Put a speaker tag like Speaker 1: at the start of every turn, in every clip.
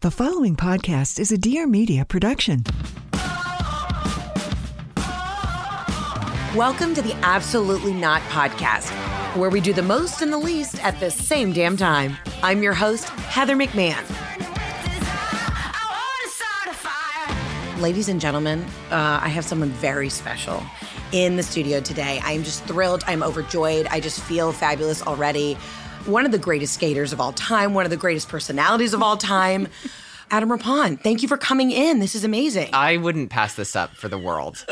Speaker 1: The following podcast is a Dear Media production.
Speaker 2: Welcome to the Absolutely Not podcast, where we do the most and the least at the same damn time. I'm your host, Heather McMahon. Ladies and gentlemen, uh, I have someone very special in the studio today. I am just thrilled. I'm overjoyed. I just feel fabulous already. One of the greatest skaters of all time, one of the greatest personalities of all time. Adam Rapon, thank you for coming in. This is amazing.
Speaker 3: I wouldn't pass this up for the world.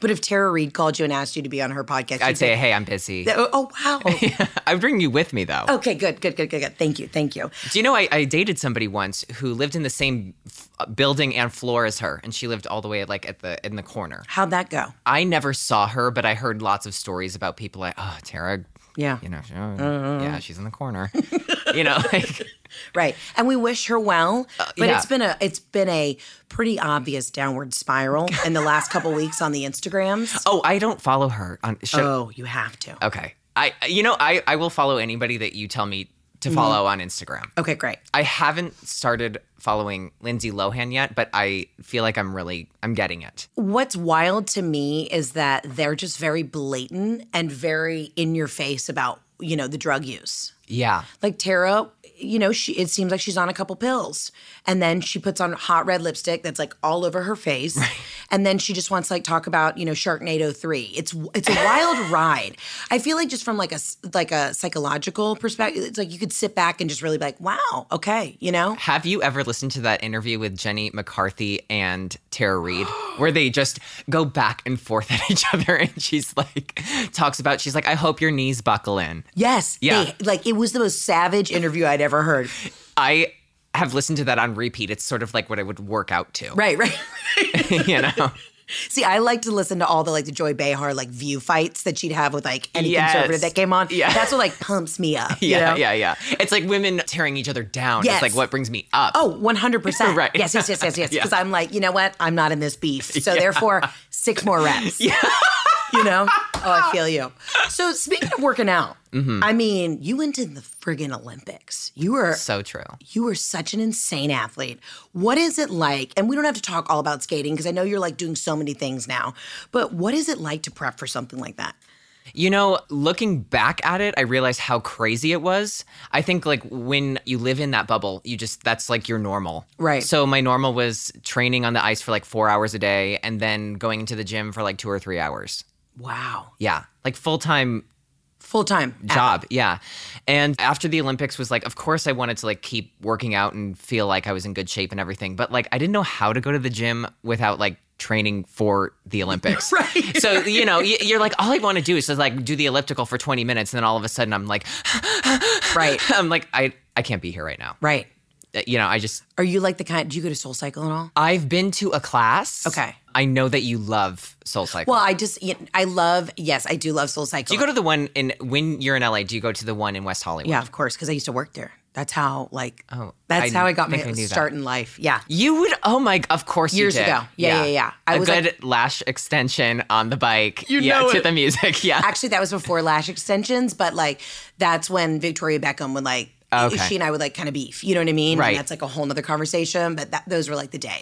Speaker 2: But if Tara Reid called you and asked you to be on her podcast,
Speaker 3: I'd
Speaker 2: you'd
Speaker 3: say, hey, I'm busy.
Speaker 2: be- oh, wow.
Speaker 3: I would bring you with me, though.
Speaker 2: okay, good, good, good, good, good. Thank you, thank you.
Speaker 3: Do you know I, I dated somebody once who lived in the same f- building and floor as her, and she lived all the way like at the in the corner.
Speaker 2: How'd that go?
Speaker 3: I never saw her, but I heard lots of stories about people like, oh, Tara,
Speaker 2: Yeah.
Speaker 3: you know, she- oh, yeah, she's in the corner, you know, like
Speaker 2: Right. And we wish her well, but
Speaker 3: Uh, yeah.
Speaker 2: it's been a it's been a pretty obvious downward spiral in the last couple weeks on the Instagrams.
Speaker 3: oh, I don't follow her on. Should,
Speaker 2: Oh, you have to.
Speaker 3: Okay, I you know I I will follow anybody that you tell me to follow on Instagram.
Speaker 2: Okay, great.
Speaker 3: I haven't started following Lindsay Lohan yet, but I feel like I'm really I'm getting it.
Speaker 2: What's wild to me is that they're just very blatant and very in your face about, you know, the drug use.
Speaker 3: Yeah.
Speaker 2: Like Tara, you know, she it seems like she's on a couple pills. And then she puts on hot red lipstick that's like all over her face. And then she just wants to like talk about, you know, Sharknado 3. It's it's a wild ride. I feel like just from like a s- like a psychological perspective, it's like you could sit back and just really be like, "Wow, okay," you know?
Speaker 3: Have you ever listened to that interview with Jenny McCarthy and Tara Reid where they just go back and forth at each other and she's like talks about she's like I hope your knees buckle in.
Speaker 2: Yes.
Speaker 3: Yeah.
Speaker 2: they- like it was the most savage interview I'd ever heard.
Speaker 3: I have listened to that on repeat. It's sort of like what I would work out to.
Speaker 2: Right, right.
Speaker 3: you know.
Speaker 2: See, I like to listen to all the like the Joy Behar like view fights that she'd have with like any
Speaker 3: Yes.
Speaker 2: conservative that came on.
Speaker 3: Yeah.
Speaker 2: That's what like pumps me up. you
Speaker 3: Yeah,
Speaker 2: know?
Speaker 3: yeah, yeah. It's like women tearing each other down.
Speaker 2: Yes.
Speaker 3: It's like what brings me up.
Speaker 2: Oh, 100%.
Speaker 3: Right.
Speaker 2: Yes, yes, yes, yes, yes.
Speaker 3: Yeah.
Speaker 2: Because I'm like, you know what? I'm not in this beef. So therefore, six more reps. Yeah. you know? Oh, I feel you. So speaking of working out,
Speaker 3: Mm-hmm.
Speaker 2: I mean, you went to the friggin' Olympics. You were
Speaker 3: So true.
Speaker 2: you were such an insane athlete. What is it like? And we don't have to talk all about skating because I know you're like doing so many things now. But what is it like to prep for something like that?
Speaker 3: You know, looking back at it, I realized how crazy it was. I think like when you live in that bubble, you just that's like your normal.
Speaker 2: Right.
Speaker 3: So my normal was training on the ice for like 4 hours a day and then going into the gym for like 2 or 3 hours.
Speaker 2: Wow.
Speaker 3: Yeah. Like full-time
Speaker 2: Full time
Speaker 3: job. Yeah. And after the Olympics was like, of course I wanted to like keep working out and feel like I was in good shape and everything, but like I didn't know how to go to the gym without like training for the Olympics.
Speaker 2: Right.
Speaker 3: So, you know, y- you're like all I want to do is just like do the elliptical for 20 minutes and then all of a sudden I'm like
Speaker 2: Right.
Speaker 3: I'm like I I can't be here right now.
Speaker 2: Right.
Speaker 3: Uh, You know, I just
Speaker 2: Are you like the kind? Do you go to Soul Cycle and all?
Speaker 3: I've been to a class.
Speaker 2: Okay.
Speaker 3: I know that you love Soul Cycle.
Speaker 2: Well, I just you know, I love. Yes, I do love Soul Cycle.
Speaker 3: do you go to the one in when you're in LA, do you go to the one in West Hollywood?
Speaker 2: Yeah, of course, because I used to work there. That's how like.
Speaker 3: Oh,
Speaker 2: That's
Speaker 3: I
Speaker 2: how I got my
Speaker 3: think I knew that.
Speaker 2: start in life. Yeah.
Speaker 3: You would, oh my, g- of course
Speaker 2: Years
Speaker 3: you did.
Speaker 2: ago. Yeah, yeah, yeah. I
Speaker 3: A
Speaker 2: was
Speaker 3: good lash extension on the bike.
Speaker 2: You
Speaker 3: yeah,
Speaker 2: know
Speaker 3: to
Speaker 2: it.
Speaker 3: the music. Yeah.
Speaker 2: Actually, that was before lash extensions, but like that's when Victoria Beckham would like.
Speaker 3: Okay.
Speaker 2: She and I would like kind of beef. You know what I mean?
Speaker 3: Right.
Speaker 2: And that's like a whole nother conversation. But that, those were like the days.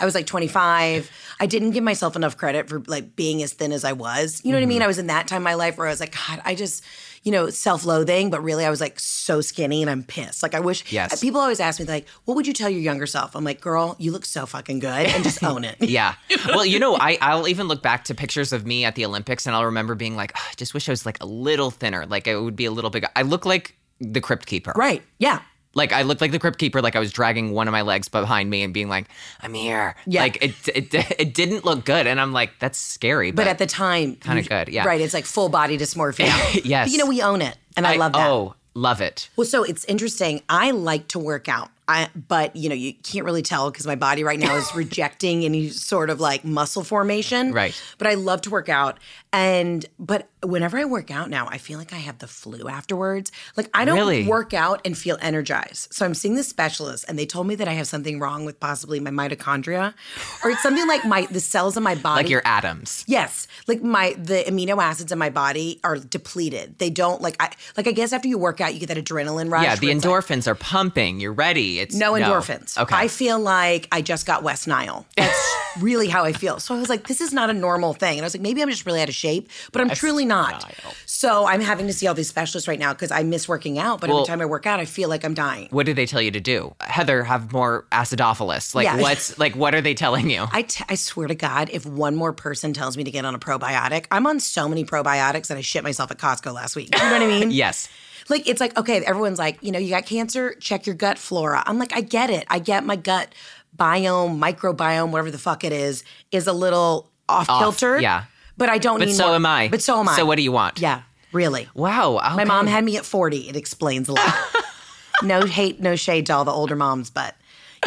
Speaker 2: I was like 25. I didn't give myself enough credit for like being as thin as I was. You know what I
Speaker 3: Mm-hmm.
Speaker 2: mean? I was in that time of my life where I was like, God, I just, you know, self-loathing, but really I was like so skinny and I'm pissed. Like I wish uh,
Speaker 3: Yes.
Speaker 2: people always ask me, like, what would you tell your younger self? I'm like, girl, you look so fucking good and just own it.
Speaker 3: Yeah. Well, you know, I, I'll even look back to pictures of me at the Olympics and I'll remember being like, "Ugh, I just wish I was like a little thinner. Like I would be a little bigger. I look like the crypt keeper.
Speaker 2: Right. Yeah.
Speaker 3: Like I looked like the crypt keeper, like I was dragging one of my legs behind me and being like, I'm here.
Speaker 2: Yeah.
Speaker 3: Like it it, it didn't look good. And I'm like, that's scary. But,
Speaker 2: But at the time,
Speaker 3: Kinda good, yeah.
Speaker 2: Right. It's like full body dysmorphia.
Speaker 3: Yes.
Speaker 2: But you know, we own it. And I, love that.
Speaker 3: Oh, love it.
Speaker 2: Well, so it's interesting. I like to work out. I, but you know you can't really tell because my body right now is rejecting any sort of like muscle formation
Speaker 3: Right.
Speaker 2: but i love to work out and but whenever i work out now i feel like i have the flu afterwards like i don't
Speaker 3: Really?
Speaker 2: work out and feel energized so i'm seeing this specialist and they told me that i have something wrong with possibly my mitochondria or it's something like my the cells in my body
Speaker 3: Like your atoms.
Speaker 2: Yes, like my the amino acids in my body are depleted. They don't like I like I guess after you work out you get that adrenaline rush.
Speaker 3: Yeah, the
Speaker 2: where it's like,
Speaker 3: endorphins are pumping. You're ready. It's
Speaker 2: no endorphins.
Speaker 3: Okay.
Speaker 2: I feel like I just got West Nile. That's really how I feel. So I was like, this is not a normal thing. And I was like, maybe I'm just really out of shape, but I'm truly not. So I'm having to see all these specialists right now because I miss working out. But
Speaker 3: Well-
Speaker 2: every time I work out, I feel like I'm dying.
Speaker 3: what do they tell you to do? Heather, have more acidophilus. Like
Speaker 2: Yeah.
Speaker 3: what's like what are they telling you?
Speaker 2: I, t- I swear to God, if one more person tells me to get on a probiotic, I'm on so many probiotics that I shit myself at Costco last week. You know what I mean?
Speaker 3: yes.
Speaker 2: Like it's like okay, everyone's like, you know, you got cancer, check your gut flora. I'm like, I get it. I get my gut biome, microbiome, whatever the fuck it is, is a little off, kilter.
Speaker 3: yeah.
Speaker 2: But I don't
Speaker 3: But
Speaker 2: need
Speaker 3: so
Speaker 2: more-
Speaker 3: am I.
Speaker 2: But so am I.
Speaker 3: So what do you want?
Speaker 2: Yeah. Really.
Speaker 3: Wow.
Speaker 2: My
Speaker 3: okay.
Speaker 2: mom had me at 40. It explains a lot. no hate, no shade to all the older moms, but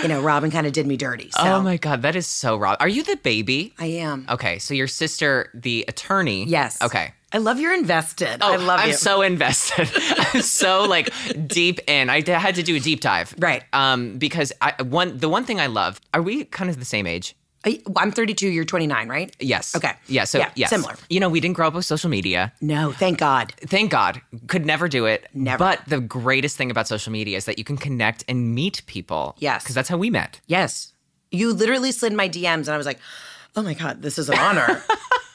Speaker 2: you know, Robin kind of did me dirty. So
Speaker 3: Oh my god, that is so raw. Are you the baby?
Speaker 2: I am.
Speaker 3: Okay, so your sister, the attorney.
Speaker 2: Yes.
Speaker 3: Okay. Oh,
Speaker 2: I love you're invested. I love
Speaker 3: I'm
Speaker 2: you.
Speaker 3: so invested. I'm so like deep in. I d- had to do a deep dive.
Speaker 2: Right.
Speaker 3: Um, because I one the one thing I love. Are we kind of the same age?
Speaker 2: I, I'm 32. You're 29, right?
Speaker 3: Yes.
Speaker 2: Okay.
Speaker 3: Yeah. So
Speaker 2: Yeah,
Speaker 3: yes.
Speaker 2: similar.
Speaker 3: You know, we didn't grow up with social media.
Speaker 2: No, thank God.
Speaker 3: Thank God. Could never do it.
Speaker 2: Never.
Speaker 3: But the greatest thing about social media is that you can connect and meet people.
Speaker 2: Yes.
Speaker 3: Because that's how we met.
Speaker 2: Yes. You literally slid in my DMs and I was like, oh my God, this is an honor.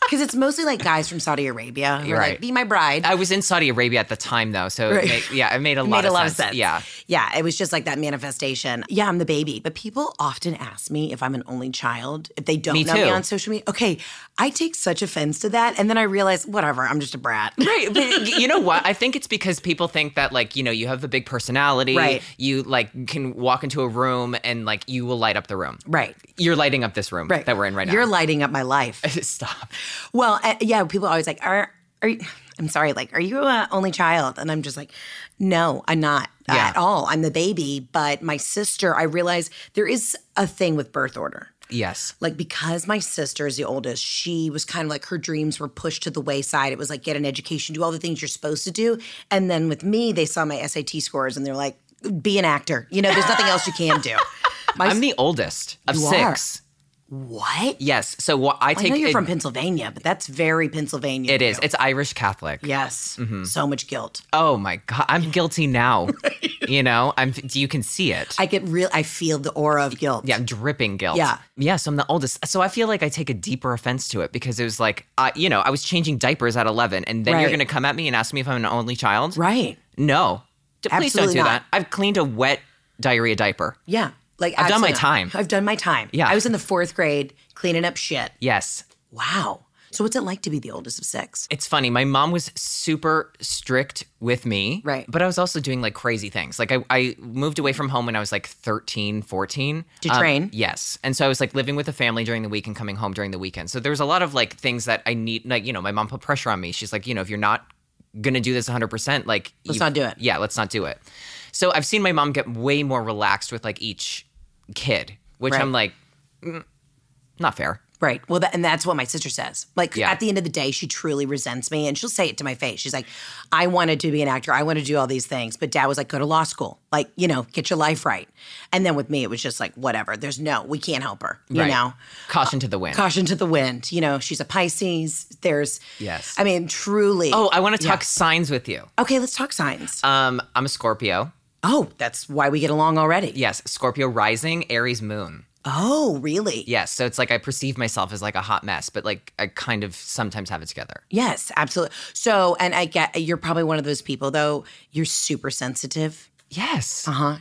Speaker 2: Because it's mostly like guys from Saudi Arabia who are
Speaker 3: Right.
Speaker 2: like, be my bride.
Speaker 3: I was in Saudi Arabia at the time though, so it
Speaker 2: Right.
Speaker 3: made, yeah, it made a
Speaker 2: It
Speaker 3: lot
Speaker 2: made a
Speaker 3: of
Speaker 2: lot
Speaker 3: sense.
Speaker 2: of sense.
Speaker 3: Yeah.
Speaker 2: Yeah. It was just like that manifestation. Yeah, I'm the baby. But people often ask me if I'm an only child, if they don't
Speaker 3: Me
Speaker 2: know me
Speaker 3: too.
Speaker 2: on social media. Okay. I take such offense to that. And then I realize, whatever, I'm just a brat.
Speaker 3: Right, but y- you know what? I think it's because people think that like you know you have the big personality,
Speaker 2: Right.
Speaker 3: you like can walk into a room and like you will light up the room.
Speaker 2: Right.
Speaker 3: You're lighting up this room
Speaker 2: Right.
Speaker 3: that we're in right
Speaker 2: You're
Speaker 3: now.
Speaker 2: lighting up my life.
Speaker 3: Stop.
Speaker 2: Well, uh, yeah, people are always like, are are you, I'm sorry, like, are you an only child? And I'm just like, no, I'm not
Speaker 3: Yeah.
Speaker 2: at all. I'm the baby, but my sister, I realize there is a thing with birth order.
Speaker 3: Yes.
Speaker 2: Like, because my sister is the oldest, she was kind of like her dreams were pushed to the wayside. It was like, get an education, do all the things you're supposed to do. And then with me, they saw my SAT scores and they're like, be an actor. You know, there's nothing else you can do. My,
Speaker 3: I'm the oldest of
Speaker 2: You are.
Speaker 3: six.
Speaker 2: what?
Speaker 3: Yes. So what I
Speaker 2: I
Speaker 3: take
Speaker 2: know you're
Speaker 3: it,
Speaker 2: from Pennsylvania, but that's very Pennsylvania.
Speaker 3: it
Speaker 2: of
Speaker 3: is.
Speaker 2: you.
Speaker 3: It's Mm-hmm. Irish Catholic.
Speaker 2: Yes. So much guilt.
Speaker 3: Oh my god, I'm guilty now. You know, I'm. You can see it.
Speaker 2: I get real I feel the aura of guilt.
Speaker 3: Yeah, I'm dripping guilt.
Speaker 2: Yeah.
Speaker 3: Yeah, so I'm the oldest. So I feel like I take a deeper offense to it because it was like, I, you know, I was changing diapers at 11, and then you're
Speaker 2: Right.
Speaker 3: going to come at me and ask me if I'm an only child?
Speaker 2: Right.
Speaker 3: No. D- Please
Speaker 2: Absolutely
Speaker 3: don't do
Speaker 2: not.
Speaker 3: that. I've cleaned a wet diarrhea diaper.
Speaker 2: Yeah. Like
Speaker 3: I've done my
Speaker 2: absolutely.
Speaker 3: time.
Speaker 2: I've done my time.
Speaker 3: Yeah.
Speaker 2: I was in the fourth grade cleaning up shit.
Speaker 3: Yes.
Speaker 2: Wow. So what's it like to be the oldest of six?
Speaker 3: It's funny. My mom was super strict with me.
Speaker 2: Right.
Speaker 3: But I was also doing like crazy things. Like I, I moved away from home when I was like 13, 14.
Speaker 2: To train?
Speaker 3: Yes. And so I was like living with a family during the week and coming home during the weekend. So there was a lot of like things that I need, like, you know, my mom put pressure on me. She's like, you know, if you're not going to do this 100%, like,
Speaker 2: Let's
Speaker 3: you-
Speaker 2: not do it.
Speaker 3: Yeah, let's not do it. So I've seen my mom get way more relaxed with like each kid, which
Speaker 2: Right.
Speaker 3: I'm like, mm, not fair.
Speaker 2: Right. Well, that, and that's what my sister says. Like
Speaker 3: Yeah.
Speaker 2: at the end of the day, she truly resents me, and she'll say it to my face. She's like, "I wanted to be an actor. I wanted to do all these things, but Dad was like, go to law school. Like, you know, get your life right." And then with me, it was just like, whatever. There's no, we can't help her. You
Speaker 3: Right.
Speaker 2: know.
Speaker 3: Caution to the wind.
Speaker 2: Uh, Caution to the wind. You know, she's a Pisces. There's,
Speaker 3: Yes.
Speaker 2: I mean, truly.
Speaker 3: oh, I want to talk signs with you.
Speaker 2: Okay, let's talk signs.
Speaker 3: Um, I'm a Scorpio.
Speaker 2: oh, that's why we get along already.
Speaker 3: Yes, Scorpio rising, Aries moon.
Speaker 2: Oh, really?
Speaker 3: Yes. So it's like I perceive myself as like a hot mess, but like I kind of sometimes have it together.
Speaker 2: Yes, absolutely. So, and I get you're probably one of those people though. You're super sensitive.
Speaker 3: Yes.
Speaker 2: Uh huh.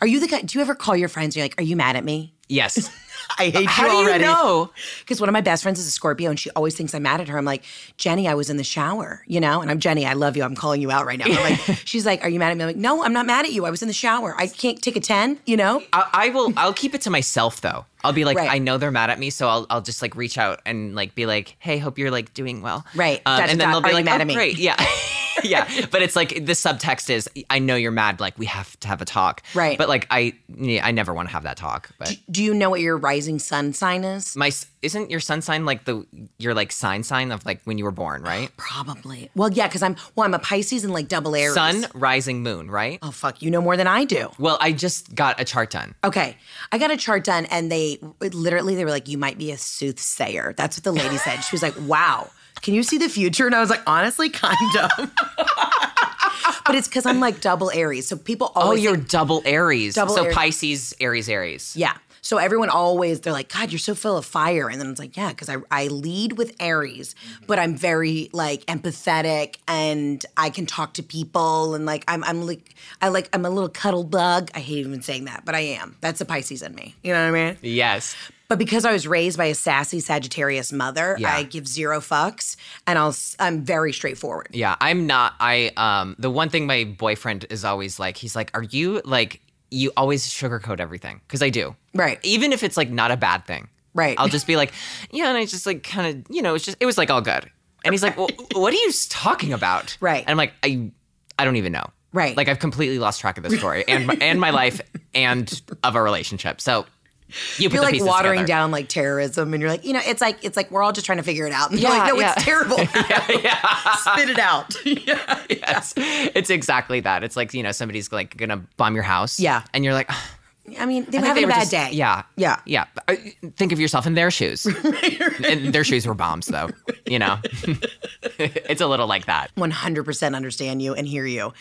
Speaker 2: Are you the guy? Do you ever call your friends? and You're like, are you mad at me?
Speaker 3: Yes.
Speaker 2: I hate
Speaker 3: How do you know?
Speaker 2: Because one of my best friends is a Scorpio, and she always thinks I'm mad at her. I'm like, Jenny, I was in the shower, you know. And I'm Jenny. I love you. I'm calling you out right now. I'm like, she's like, are you mad at me? I'm like, no, I'm not mad at you. I was in the shower. I can't take a ten, you know.
Speaker 3: I, I will. I'll keep it to myself though. I'll be like,
Speaker 2: Right.
Speaker 3: I know they're mad at me, so I'll, I'll just like reach out and like be like, hey, hope you're like doing well.
Speaker 2: Right.
Speaker 3: Um,
Speaker 2: Dot, dot,
Speaker 3: and then they'll
Speaker 2: are
Speaker 3: be
Speaker 2: you
Speaker 3: like,
Speaker 2: mad
Speaker 3: oh,
Speaker 2: at me?
Speaker 3: great, yeah. yeah, but it's like the subtext is, I know you're mad. Like we have to have a talk,
Speaker 2: Right.
Speaker 3: But like I, yeah, I never want to have that talk. But
Speaker 2: Do you know what your rising sun sign is?
Speaker 3: my s- isn't your sun sign like the your like sign sign of like when you were born, right?
Speaker 2: Probably. Well, yeah, because I'm well, I'm a Pisces and like double Aries.
Speaker 3: sun, rising, moon, right?
Speaker 2: Oh fuck, you know more than I do.
Speaker 3: Well, I just got a chart done.
Speaker 2: Okay, I got a chart done, and they literally they were like, "You might be a soothsayer." That's what the lady said. She was like, "Wow, can you see the future?" And I was like, "Honestly, kind of." but it's because I'm like double Aries, so people
Speaker 3: Oh,
Speaker 2: always
Speaker 3: you're
Speaker 2: think-
Speaker 3: double Aries.
Speaker 2: Double
Speaker 3: so
Speaker 2: Aries.
Speaker 3: Pisces, Aries, Aries.
Speaker 2: yeah. So everyone always they're like, "God, you're so full of fire," and then it's like, "Yeah," because I I lead with Aries,
Speaker 3: Mm-hmm.
Speaker 2: but I'm very like empathetic and I can talk to people and like I'm I'm like I like I'm a little cuddle bug. I hate even saying that, but I am. That's a Pisces in me. You know what I mean?
Speaker 3: Yes.
Speaker 2: But because I was raised by a sassy Sagittarius mother,
Speaker 3: Yeah.
Speaker 2: I give zero fucks and I'll s- I'm very straightforward.
Speaker 3: Yeah, I'm not. I um the one thing my boyfriend is always like, he's like, "Are you like you always sugarcoat everything?" Because I do,
Speaker 2: Right.
Speaker 3: Even if it's like not a bad thing,
Speaker 2: Right.
Speaker 3: I'll just be like, "Yeah," and I just like kind of, you know, it's just it was like all good. And he's like, well, "What are you talking about?"
Speaker 2: Right.
Speaker 3: And I'm like, "I, I don't even know."
Speaker 2: Right.
Speaker 3: Like I've completely lost track of this story and my, and my life and of our relationship. So you put
Speaker 2: You're
Speaker 3: the
Speaker 2: like
Speaker 3: pieces
Speaker 2: watering
Speaker 3: together.
Speaker 2: down like terrorism and you're like, you know, it's like it's like we're all just trying to figure it out. And yeah, like,
Speaker 3: Yeah,
Speaker 2: no,
Speaker 3: yeah.
Speaker 2: it's terrible. Spit it out.
Speaker 3: Yes. It's exactly that. It's like you know somebody's like gonna bomb your house.
Speaker 2: Yeah.
Speaker 3: And you're like.
Speaker 2: I mean, they
Speaker 3: I
Speaker 2: were
Speaker 3: think
Speaker 2: having
Speaker 3: they
Speaker 2: a
Speaker 3: were
Speaker 2: bad
Speaker 3: just-
Speaker 2: day.
Speaker 3: Yeah.
Speaker 2: Yeah.
Speaker 3: Yeah. Uh, Think of yourself in their shoes. and their shoes were bombs, though. You know, it's a little like that.
Speaker 2: 100% understand you and hear you.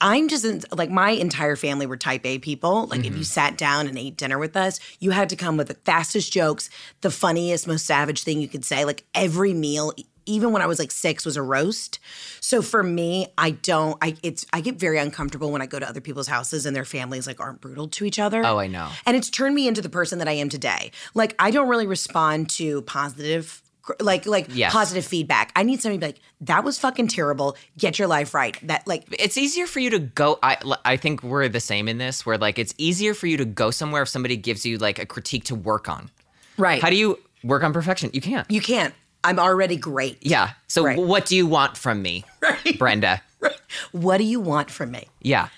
Speaker 2: I'm just in, like my entire family were type A people. Like
Speaker 3: Mm-hmm.
Speaker 2: if you sat down and ate dinner with us, you had to come with the fastest jokes, the funniest, most savage thing you could say. Like every meal, e- even when I was like 6 was a roast. So for me, I don't I it's I get very uncomfortable when I go to other people's houses and their families like aren't brutal to each other.
Speaker 3: Oh, I know.
Speaker 2: And it's turned me into the person that I am today. Like I don't really respond to positive like like
Speaker 3: Yes.
Speaker 2: positive feedback. I need somebody to be like, that was fucking terrible. Get your life right. That like
Speaker 3: It's easier for you to go. I, I think we're the same in this, where like it's easier for you to go somewhere if somebody gives you like a critique to work on.
Speaker 2: right.
Speaker 3: How do you work on perfection? You can't.
Speaker 2: you can't. I'm already great.
Speaker 3: yeah. So
Speaker 2: Right.
Speaker 3: what do you want from me, Brenda?
Speaker 2: What do you want from me?
Speaker 3: Yeah.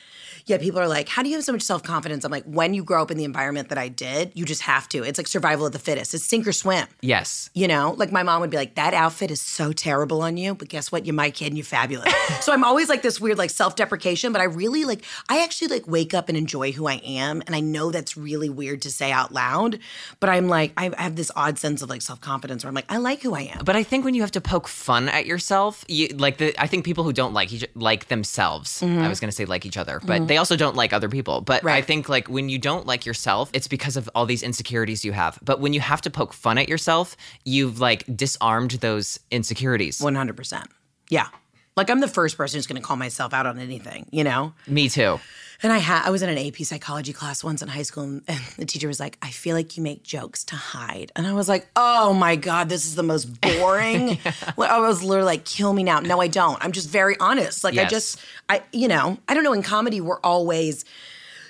Speaker 2: Yeah, people are like, how do you have so much self confidence? I'm like, when you grow up in the environment that I did, you just have to. It's like survival of the fittest. It's sink or swim.
Speaker 3: Yes.
Speaker 2: You know, like my mom would be like, that outfit is so terrible on you, but guess what? You're my kid and you're fabulous. so I'm always like this weird, like self deprecation, but I really like, I actually like wake up and enjoy who I am. And I know that's really weird to say out loud, but I'm like, I I have this odd sense of like self confidence where I'm like, I like who I am.
Speaker 3: But I think when you have to poke fun at yourself, you, like the I think people who don't like each like themselves. I was going to say like each other, but they also don't like other people. But I
Speaker 2: Mm-hmm. Right.
Speaker 3: think like when you don't like yourself, it's because of all these insecurities you have. But when you have to poke fun at yourself, you've like disarmed those insecurities.
Speaker 2: 100%. Yeah. Like I'm the first person who's going to call myself out on anything, you know?
Speaker 3: Me too.
Speaker 2: And I had I was in an AP psychology class once in high school, and, and the teacher was like, "I feel like you make jokes to hide," and I was like, "Oh my god, this is the most boring." Well, I was literally like, "Kill me now." No, I don't. I'm just very honest. Like
Speaker 3: Yes.
Speaker 2: I just, I you know, I don't know. In comedy, we're always.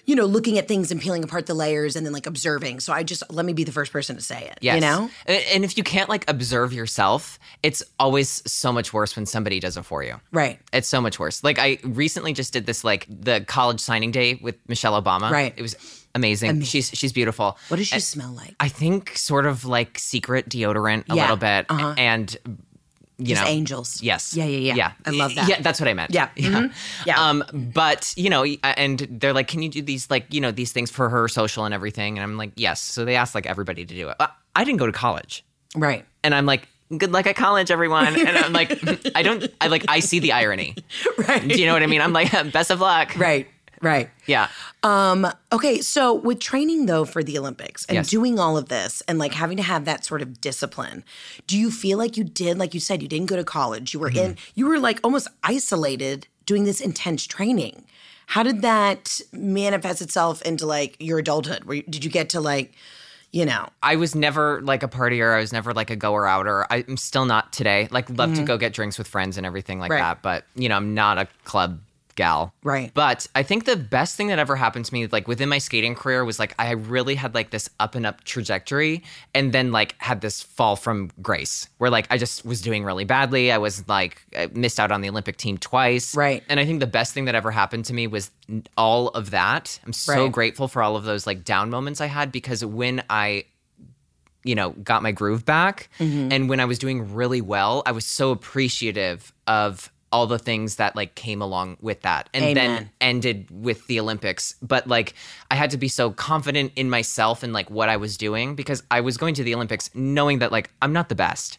Speaker 2: You know, looking at things and peeling apart the layers and then like observing. So I just let me be the first person to say it.
Speaker 3: Yes.
Speaker 2: You know?
Speaker 3: A- And if you can't like observe yourself, it's always so much worse when somebody does it for you.
Speaker 2: Right.
Speaker 3: It's so much worse. Like I recently just did this like the college signing day with Michelle Obama.
Speaker 2: Right.
Speaker 3: It was amazing. She's she's beautiful.
Speaker 2: What does she smell like?
Speaker 3: I think sort of like secret deodorant a
Speaker 2: Yeah, Uh-huh.
Speaker 3: little bit and you
Speaker 2: just
Speaker 3: know
Speaker 2: angels.
Speaker 3: Yes.
Speaker 2: Yeah, yeah, yeah.
Speaker 3: Yeah.
Speaker 2: I love that.
Speaker 3: Yeah, that's what I meant.
Speaker 2: Yeah. Mhm. Yeah.
Speaker 3: Um, but you know, and they're like, "Can you do these like you know these things for her social and everything?" And I'm like, "Yes." So they asked like everybody to do it. Uh, I didn't go to college,
Speaker 2: Right.
Speaker 3: and I'm like, "Good luck at college, everyone." And I'm like, "I don't. I like. I see the irony.
Speaker 2: Right.
Speaker 3: Do you know what I mean? I'm like, best of luck.
Speaker 2: Right. Right.
Speaker 3: Yeah.
Speaker 2: Um, okay, so with training though for the Olympics and
Speaker 3: Yes.
Speaker 2: doing all of this and like having to have that sort of discipline, do you feel like you did, like you said, you didn't go to college, you were in, you were like almost isolated doing this intense training. How did that manifest itself into like your adulthood? Where did you get to like, you know,
Speaker 3: I was never like a partier. I was never like a goer outer. I'm still not today. Like, love to go get drinks with friends and everything like
Speaker 2: Mm-hmm. Right.
Speaker 3: that. But, you know, I'm not a club gal.
Speaker 2: Right.
Speaker 3: But I think the best thing that ever happened to me, like within my skating career, was like I really had like this up and up trajectory and then like had this fall from grace where like I just was doing really badly. I was like, I missed out on the Olympic team twice.
Speaker 2: Right.
Speaker 3: And I think the best thing that ever happened to me was n- all of that. I'm so
Speaker 2: Right.
Speaker 3: grateful for all of those like down moments I had because when I you know, got my groove back. And when I was doing really well, I was so appreciative of all the things that like came along with that. And then
Speaker 2: Amen.
Speaker 3: ended with the Olympics. But like I had to be so confident in myself and like what I was doing because I was going to the Olympics knowing that like I'm not the best.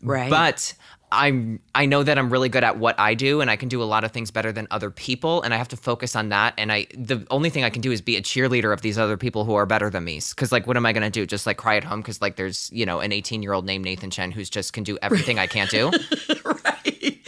Speaker 2: Right.
Speaker 3: But I'm I know that I'm really good at what I do and I can do a lot of things better than other people and I have to focus on that and I the only thing I can do is be a cheerleader of these other people who are better than me cuz like what am I going to do just like cry at home cuz like there's you know an 18-year-old named Nathan Chen who's just can do everything I can't do.
Speaker 2: right?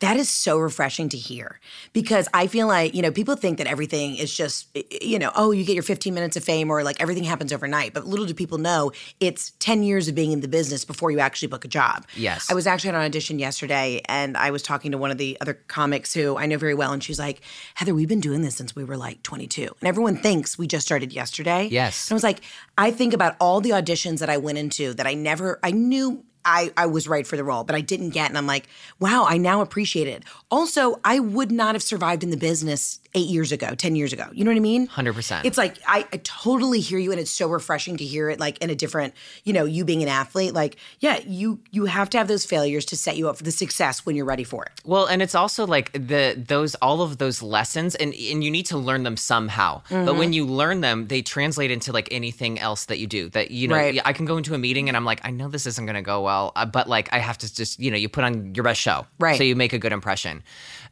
Speaker 2: That is so refreshing to hear because I feel like, you know, people think that everything is just, you know, oh, you get your 15 minutes of fame or like everything happens overnight. But little do people know it's 10 years of being in the business before you actually book a job.
Speaker 3: Yes.
Speaker 2: I was actually at an audition yesterday and I was talking to one of the other comics who I know very well. And she's like, Heather, we've been doing this since we were like 22. And everyone thinks we just started yesterday.
Speaker 3: Yes.
Speaker 2: And I was like, I think about all the auditions that I went into that I never, I knew I, I was right for the role, but I didn't get. And I'm like, wow, I now appreciate it. Also, I would not have survived in the business eight years ago, 10 years ago. You know what I mean?
Speaker 3: 100%.
Speaker 2: It's like, I, I totally hear you. And it's so refreshing to hear it like in a different, you know, you being an athlete, like, yeah, you, you have to have those failures to set you up for the success when you're ready for it.
Speaker 3: Well, and it's also like the those all of those lessons, and and you need to learn them somehow. But
Speaker 2: Mm-hmm.
Speaker 3: when you learn them, they translate into like anything else that you do. That you know,
Speaker 2: Right.
Speaker 3: I can go into a meeting and I'm like, I know this isn't going to go well, uh, but like I have to just you know, you put on your best show,
Speaker 2: Right.
Speaker 3: So you make a good impression,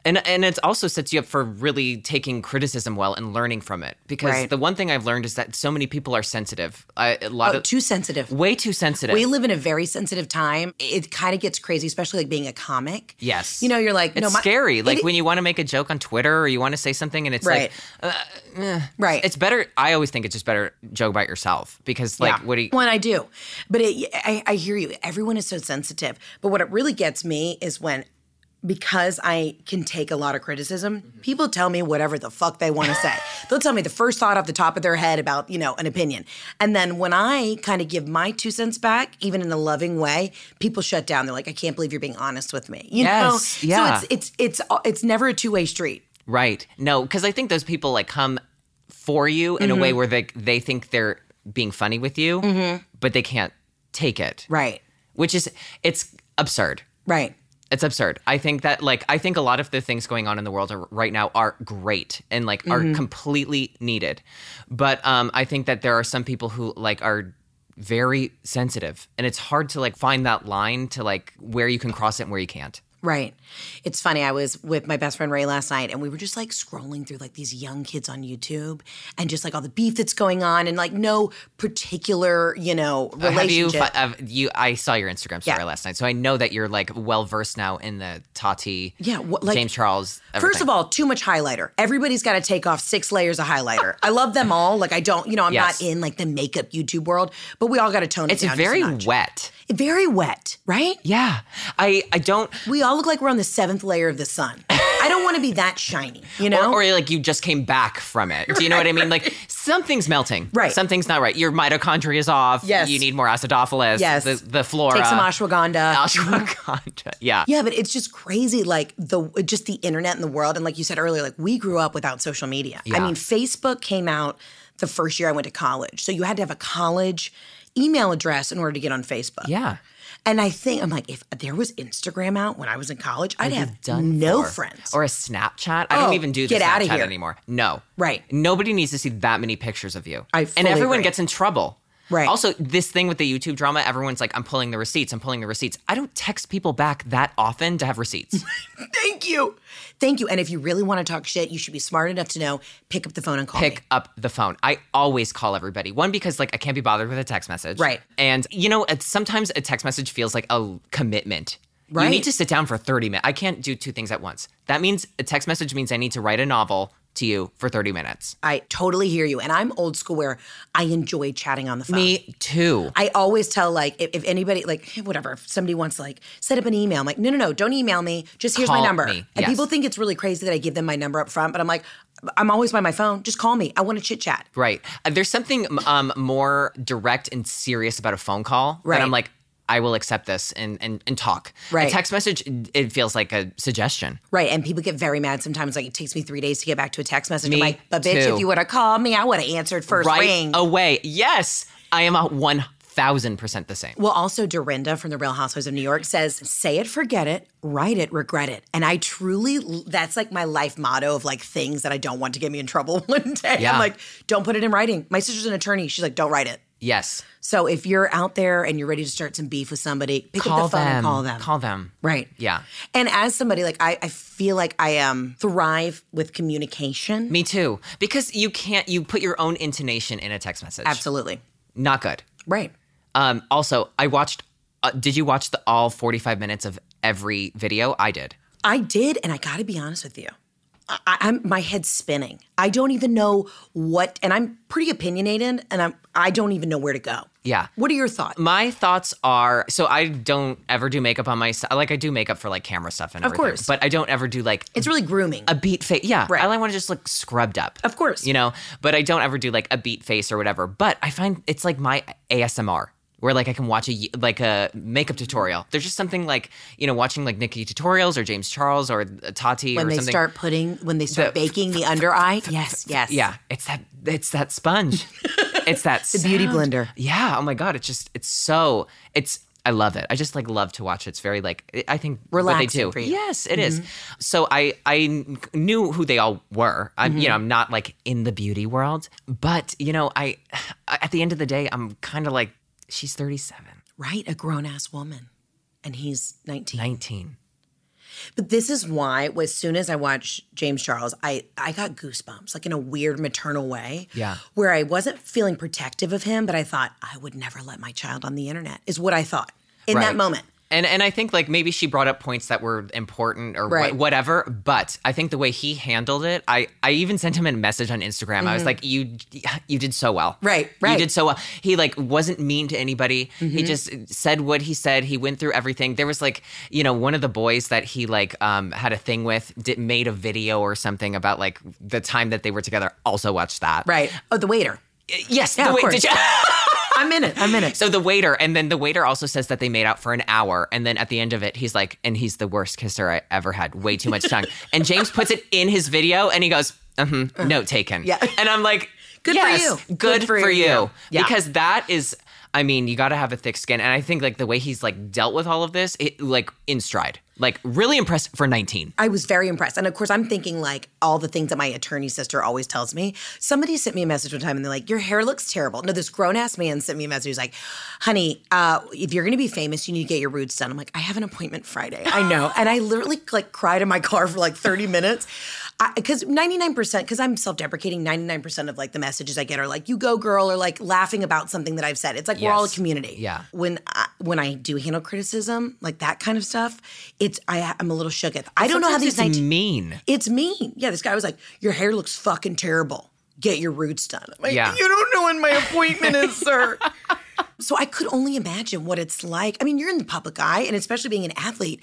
Speaker 3: and and it also sets you up for really taking criticism well and learning from it. Because
Speaker 2: Right.
Speaker 3: the one thing I've learned is that so many people are sensitive. I, a lot of
Speaker 2: Oh, Too sensitive.
Speaker 3: way too sensitive.
Speaker 2: We live in a very sensitive time. It kind of gets crazy, especially like being a comic.
Speaker 3: Yes.
Speaker 2: You know, you're like,
Speaker 3: it's
Speaker 2: no, my,
Speaker 3: scary. Like
Speaker 2: it-
Speaker 3: when you want to make a joke on Twitter or you want to say something and it's
Speaker 2: Right.
Speaker 3: like uh, eh,
Speaker 2: right.
Speaker 3: it's better i always think it's just better joke about yourself because like what do you
Speaker 2: One, I do. But it, I, I hear you. Everyone is so sensitive. But what it really gets me is when, because I can take a lot of criticism,
Speaker 3: Mm-hmm.
Speaker 2: people tell me whatever the fuck they want to say. They'll tell me the first thought off the top of their head about, you know, an opinion. And then when I kind of give my two cents back, even in a loving way, people shut down. They're like, I can't believe you're being honest with me. You know?
Speaker 3: Yes, yeah.
Speaker 2: So it's, it's, it's, it's never a two way street.
Speaker 3: right no because i think those people like come for you in a way where they they think they're being funny with you but they can't take it
Speaker 2: Right.
Speaker 3: which is it's absurd
Speaker 2: Right.
Speaker 3: it's absurd. I think that like I think a lot of the things going on in the world are, right now are great and like are completely needed. But um I think that there are some people who like are very sensitive and it's hard to like find that line to like where you can cross it and where you can't.
Speaker 2: Right. It's funny. I was with my best friend Ray last night and we were just like scrolling through like these young kids on YouTube and just like all the beef that's going on and like no particular, you know,
Speaker 3: Uh, Have you,
Speaker 2: relationship.
Speaker 3: fi- have you I saw your Instagram story
Speaker 2: Yeah.
Speaker 3: last night. So I know that you're like well versed now in the Tati
Speaker 2: Yeah, what- like-
Speaker 3: James Charles
Speaker 2: First of all, too much highlighter. Everybody's got to take off six layers of highlighter. I love them all. Like I don't, you know, I'm
Speaker 3: Yes.
Speaker 2: not in like the makeup YouTube world, but we all got to tone
Speaker 3: it's
Speaker 2: it down. just a
Speaker 3: very
Speaker 2: notch.
Speaker 3: wet.
Speaker 2: very wet, right?
Speaker 3: Yeah. I I don't
Speaker 2: We all look like we're on the seventh layer of the sun. I don't want to be that shiny, you know.
Speaker 3: Or, or like you just came back from it. Do you know what I mean? Like something's melting.
Speaker 2: Right.
Speaker 3: Something's not right. Your mitochondria is off.
Speaker 2: Yes.
Speaker 3: You need more acidophilus.
Speaker 2: Yes.
Speaker 3: The, the flora.
Speaker 2: Take some ashwagandha.
Speaker 3: Ashwagandha. Yeah.
Speaker 2: Yeah, but it's just crazy, like the just the internet and the world. And like you said earlier, like we grew up without social media. I mean, Facebook came out the first year I went to college, so you had to have a college email address in order to get on Facebook.
Speaker 3: Yeah.
Speaker 2: and I think I'm like, if there was Instagram out when I was in college, I'd have no friends.
Speaker 3: Or a Snapchat. I don't
Speaker 2: Oh,
Speaker 3: even do the
Speaker 2: get outta
Speaker 3: Snapchat
Speaker 2: here.
Speaker 3: anymore. No.
Speaker 2: Right.
Speaker 3: Nobody needs to see that many pictures of you.
Speaker 2: I
Speaker 3: and
Speaker 2: fully
Speaker 3: everyone
Speaker 2: agree.
Speaker 3: gets in trouble.
Speaker 2: Right.
Speaker 3: Also, this thing with the YouTube drama, everyone's like, I'm pulling the receipts, I'm pulling the receipts. I don't text people back that often to have receipts.
Speaker 2: Thank you. Thank you. And if you really want to talk shit, you should be smart enough to know pick up the phone and call
Speaker 3: Pick
Speaker 2: me.
Speaker 3: up the phone. I always call everybody. One, because like I can't be bothered with a text message.
Speaker 2: Right.
Speaker 3: And you know, it's, sometimes a text message feels like a commitment. You
Speaker 2: Right.
Speaker 3: need to sit down for 30 minutes. I can't do two things at once. That means a text message means I need to write a novel to you for 30 minutes.
Speaker 2: I totally hear you. And I'm old school where I enjoy chatting on the phone.
Speaker 3: Me too.
Speaker 2: I always tell like if, if anybody like hey, whatever if somebody wants to, like set up an email I'm like no no no don't email me just here's
Speaker 3: Call
Speaker 2: my number
Speaker 3: me.
Speaker 2: and
Speaker 3: Yes.
Speaker 2: people think it's really crazy that I give them my number up front but I'm like I'm always by my phone just call me I want to chit chat
Speaker 3: Right. Uh, There's something um, more direct and serious about a phone call
Speaker 2: Right.
Speaker 3: that I'm like, I will accept this and and, and talk.
Speaker 2: Right.
Speaker 3: A text message, it feels like a suggestion.
Speaker 2: right and people get very mad sometimes like it takes me three days to get back to a text message
Speaker 3: Me
Speaker 2: I'm like but bitch
Speaker 3: too.
Speaker 2: if you would have called me I would have answered first
Speaker 3: right Oh,
Speaker 2: ring
Speaker 3: away. Yes, I am a one thousand percent the same.
Speaker 2: Well, also Dorinda from the Real Housewives of New York says, "Say it, forget it, write it, regret it." And I truly, that's like my life motto of like things that I don't want to get me in trouble one day.
Speaker 3: Yeah.
Speaker 2: I'm like, don't put it in writing. My sister's an attorney. She's like, don't write it.
Speaker 3: Yes,
Speaker 2: So if you're out there and you're ready to start some beef with somebody, pick
Speaker 3: call
Speaker 2: up the phone
Speaker 3: them.
Speaker 2: and call them.
Speaker 3: Call them.
Speaker 2: Right.
Speaker 3: Yeah.
Speaker 2: And as somebody like I, I feel like I um thrive with communication.
Speaker 3: Me too. Because you can't. You put your own intonation in a text message.
Speaker 2: Absolutely.
Speaker 3: Not good.
Speaker 2: Right.
Speaker 3: Um, also, I watched. Uh, did you watch the all forty-five minutes of every video? I did.
Speaker 2: I did, and I got to be honest with you, I, I- I'm my head's spinning. I don't even know what, and I'm pretty opinionated, and I'm I don't even know where to go.
Speaker 3: Yeah.
Speaker 2: What are your thoughts?
Speaker 3: My thoughts are so I don't ever do makeup on my like I do makeup for like camera stuff and of everything,
Speaker 2: course.
Speaker 3: but I don't ever do like
Speaker 2: it's really grooming.
Speaker 3: a beat face. Yeah,
Speaker 2: Right.
Speaker 3: I like want to just look scrubbed up.
Speaker 2: Of course.
Speaker 3: you know. But I don't ever do like a beat face or whatever. But I find it's like my ASMR. Where like I can watch a y- like a makeup tutorial. There's just something like you know watching like Nikki tutorials or James Charles or uh, Tati
Speaker 2: when
Speaker 3: or
Speaker 2: they
Speaker 3: something.
Speaker 2: start putting, when they start baking the under eye, yes, yes,
Speaker 3: yeah, it's that it's that sponge. it's that
Speaker 2: the beauty
Speaker 3: sound.
Speaker 2: blender.
Speaker 3: Yeah. Oh my God. It's just, it's so, it's, I love it. I just like love to watch it. It's very like, I- I think what they
Speaker 2: Relaxing
Speaker 3: do.
Speaker 2: for you. Mm-hmm.
Speaker 3: Yes, it is. So I, I kn- knew who they all were. I'm,
Speaker 2: Mm-hmm.
Speaker 3: you know, I'm not like in the beauty world, but you know, I, at the end of the day, I'm kind of like, she's 37,
Speaker 2: Right, a grown ass woman, and he's 19.
Speaker 3: 19.
Speaker 2: But this is why, as soon as I watched James Charles, I I got goosebumps, like in a weird maternal way.
Speaker 3: Yeah.
Speaker 2: Where I wasn't feeling protective of him, but I thought I would never let my child on the internet. Is what I thought in
Speaker 3: Right.
Speaker 2: that moment.
Speaker 3: And and I think like maybe she brought up points that were important or wha-
Speaker 2: Right.
Speaker 3: whatever, but I think the way he handled it, I I even sent him a message on Instagram. I was like, you you did so well,
Speaker 2: Mm-hmm. Right, right. Mm-hmm.
Speaker 3: You did so well. He like wasn't mean to anybody. He just said what he said. He went through everything. There was like you know one of the boys that he like um had a thing with did, made a video or something about like the time that they were together. Also watched that.
Speaker 2: Right. Oh, the waiter.
Speaker 3: Yes.
Speaker 2: Yeah,
Speaker 3: the
Speaker 2: of
Speaker 3: way-
Speaker 2: course.
Speaker 3: did you-
Speaker 2: I'm in it. I'm in it.
Speaker 3: So the waiter, and then the waiter also says that they made out for an hour, and then at the end of it, he's like, "And he's the worst kisser I ever had. Way too much tongue." and James puts it in his video, and he goes, "Uh-huh, "Note taken."
Speaker 2: Yeah.
Speaker 3: and I'm like,
Speaker 2: Good for
Speaker 3: "Yes,
Speaker 2: you.
Speaker 3: Good,
Speaker 2: Good
Speaker 3: for,
Speaker 2: for
Speaker 3: you."
Speaker 2: you. Yeah.
Speaker 3: Because that is, I mean, you got to have a thick skin, and I think like the way he's like dealt with all of this, it, like in stride, like really impressed for 19.
Speaker 2: I was very impressed. And of course, I'm thinking like all the things that my attorney sister always tells me. Somebody sent me a message one time and they're like, Your hair looks terrible. No, this grown ass man sent me a message. He's like, Honey, uh, if you're going to be famous, you need to get your roots done. I'm like, I have an appointment Friday. I know. and I literally like cried in my car for like 30 minutes. Because 99%, because I'm self deprecating, 99% of like the messages I get are like, You go, girl, or like laughing about something that I've said. It's like we're all a
Speaker 3: Yes.
Speaker 2: community
Speaker 3: Yeah.
Speaker 2: when I, when I do handle criticism, like that kind of stuff, it's I I'm a little shook at. I don't know how
Speaker 3: Sometimes
Speaker 2: these
Speaker 3: it's
Speaker 2: 19
Speaker 3: mean.
Speaker 2: it's mean. Yeah, this guy was like, "Your hair looks fucking terrible. Get your roots done." I'm like,
Speaker 3: Yeah.
Speaker 2: "You don't know when my appointment is, sir." so I could only imagine what it's like. I mean, you're in the public eye, and especially being an athlete.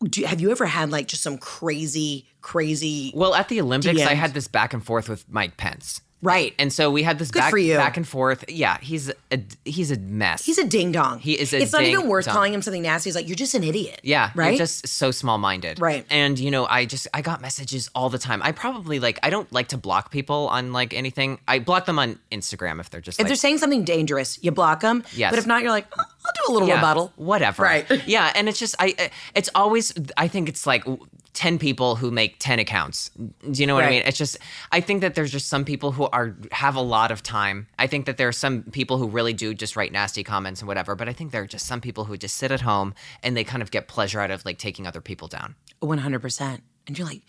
Speaker 2: Do, have you ever had like just some crazy, crazy?
Speaker 3: Well, at the Olympics, I
Speaker 2: DMs.
Speaker 3: had this back and forth with Mike Pence.
Speaker 2: Right.
Speaker 3: And so we had this back,
Speaker 2: for you.
Speaker 3: back and forth. Yeah, he's a he's a mess.
Speaker 2: He's a ding dong. He
Speaker 3: is a
Speaker 2: It's not even worth
Speaker 3: ding-dong.
Speaker 2: calling him something nasty. He's like, "You're just an idiot."
Speaker 3: yeah,
Speaker 2: Right.
Speaker 3: You're just so small minded.
Speaker 2: Right.
Speaker 3: And you know, I just I got messages all the time. I probably like I don't like to block people on like anything. I block them on Instagram if they're just
Speaker 2: if
Speaker 3: like,
Speaker 2: they're saying something dangerous, you block them.
Speaker 3: Yes.
Speaker 2: But if not, you're like, "Oh, I'll do a little
Speaker 3: yeah,
Speaker 2: rebuttal.
Speaker 3: whatever.
Speaker 2: Right.
Speaker 3: Yeah, and it's just I. It's always I think it's like 10 people who make 10 accounts. Do you know what I
Speaker 2: Right.
Speaker 3: mean? It's just I think that there's just some people who are have a lot of time. I think that there are some people who really do just write nasty comments and whatever, but I think there are just some people who just sit at home and they kind of get pleasure out of like taking other people down.
Speaker 2: 100%. And you're like,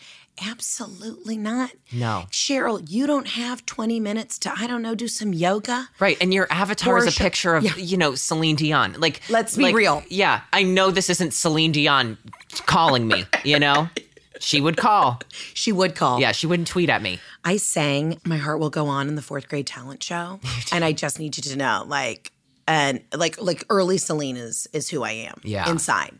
Speaker 2: absolutely not.
Speaker 3: No.
Speaker 2: Cheryl, you don't have 20 minutes to, I don't know, do some yoga.
Speaker 3: Right, and your avatar is a
Speaker 2: Portia-
Speaker 3: picture of
Speaker 2: Yeah.
Speaker 3: you know Celine Dion. Like,
Speaker 2: Let's be
Speaker 3: like,
Speaker 2: real.
Speaker 3: Yeah, I know this isn't Celine Dion calling me. You know, she would call.
Speaker 2: She would call.
Speaker 3: Yeah, she wouldn't tweet at me.
Speaker 2: I sang My Heart Will Go On in the fourth grade talent show. and I just need you to know, like, and like like early Celine is is who I am.
Speaker 3: Yeah.
Speaker 2: Inside.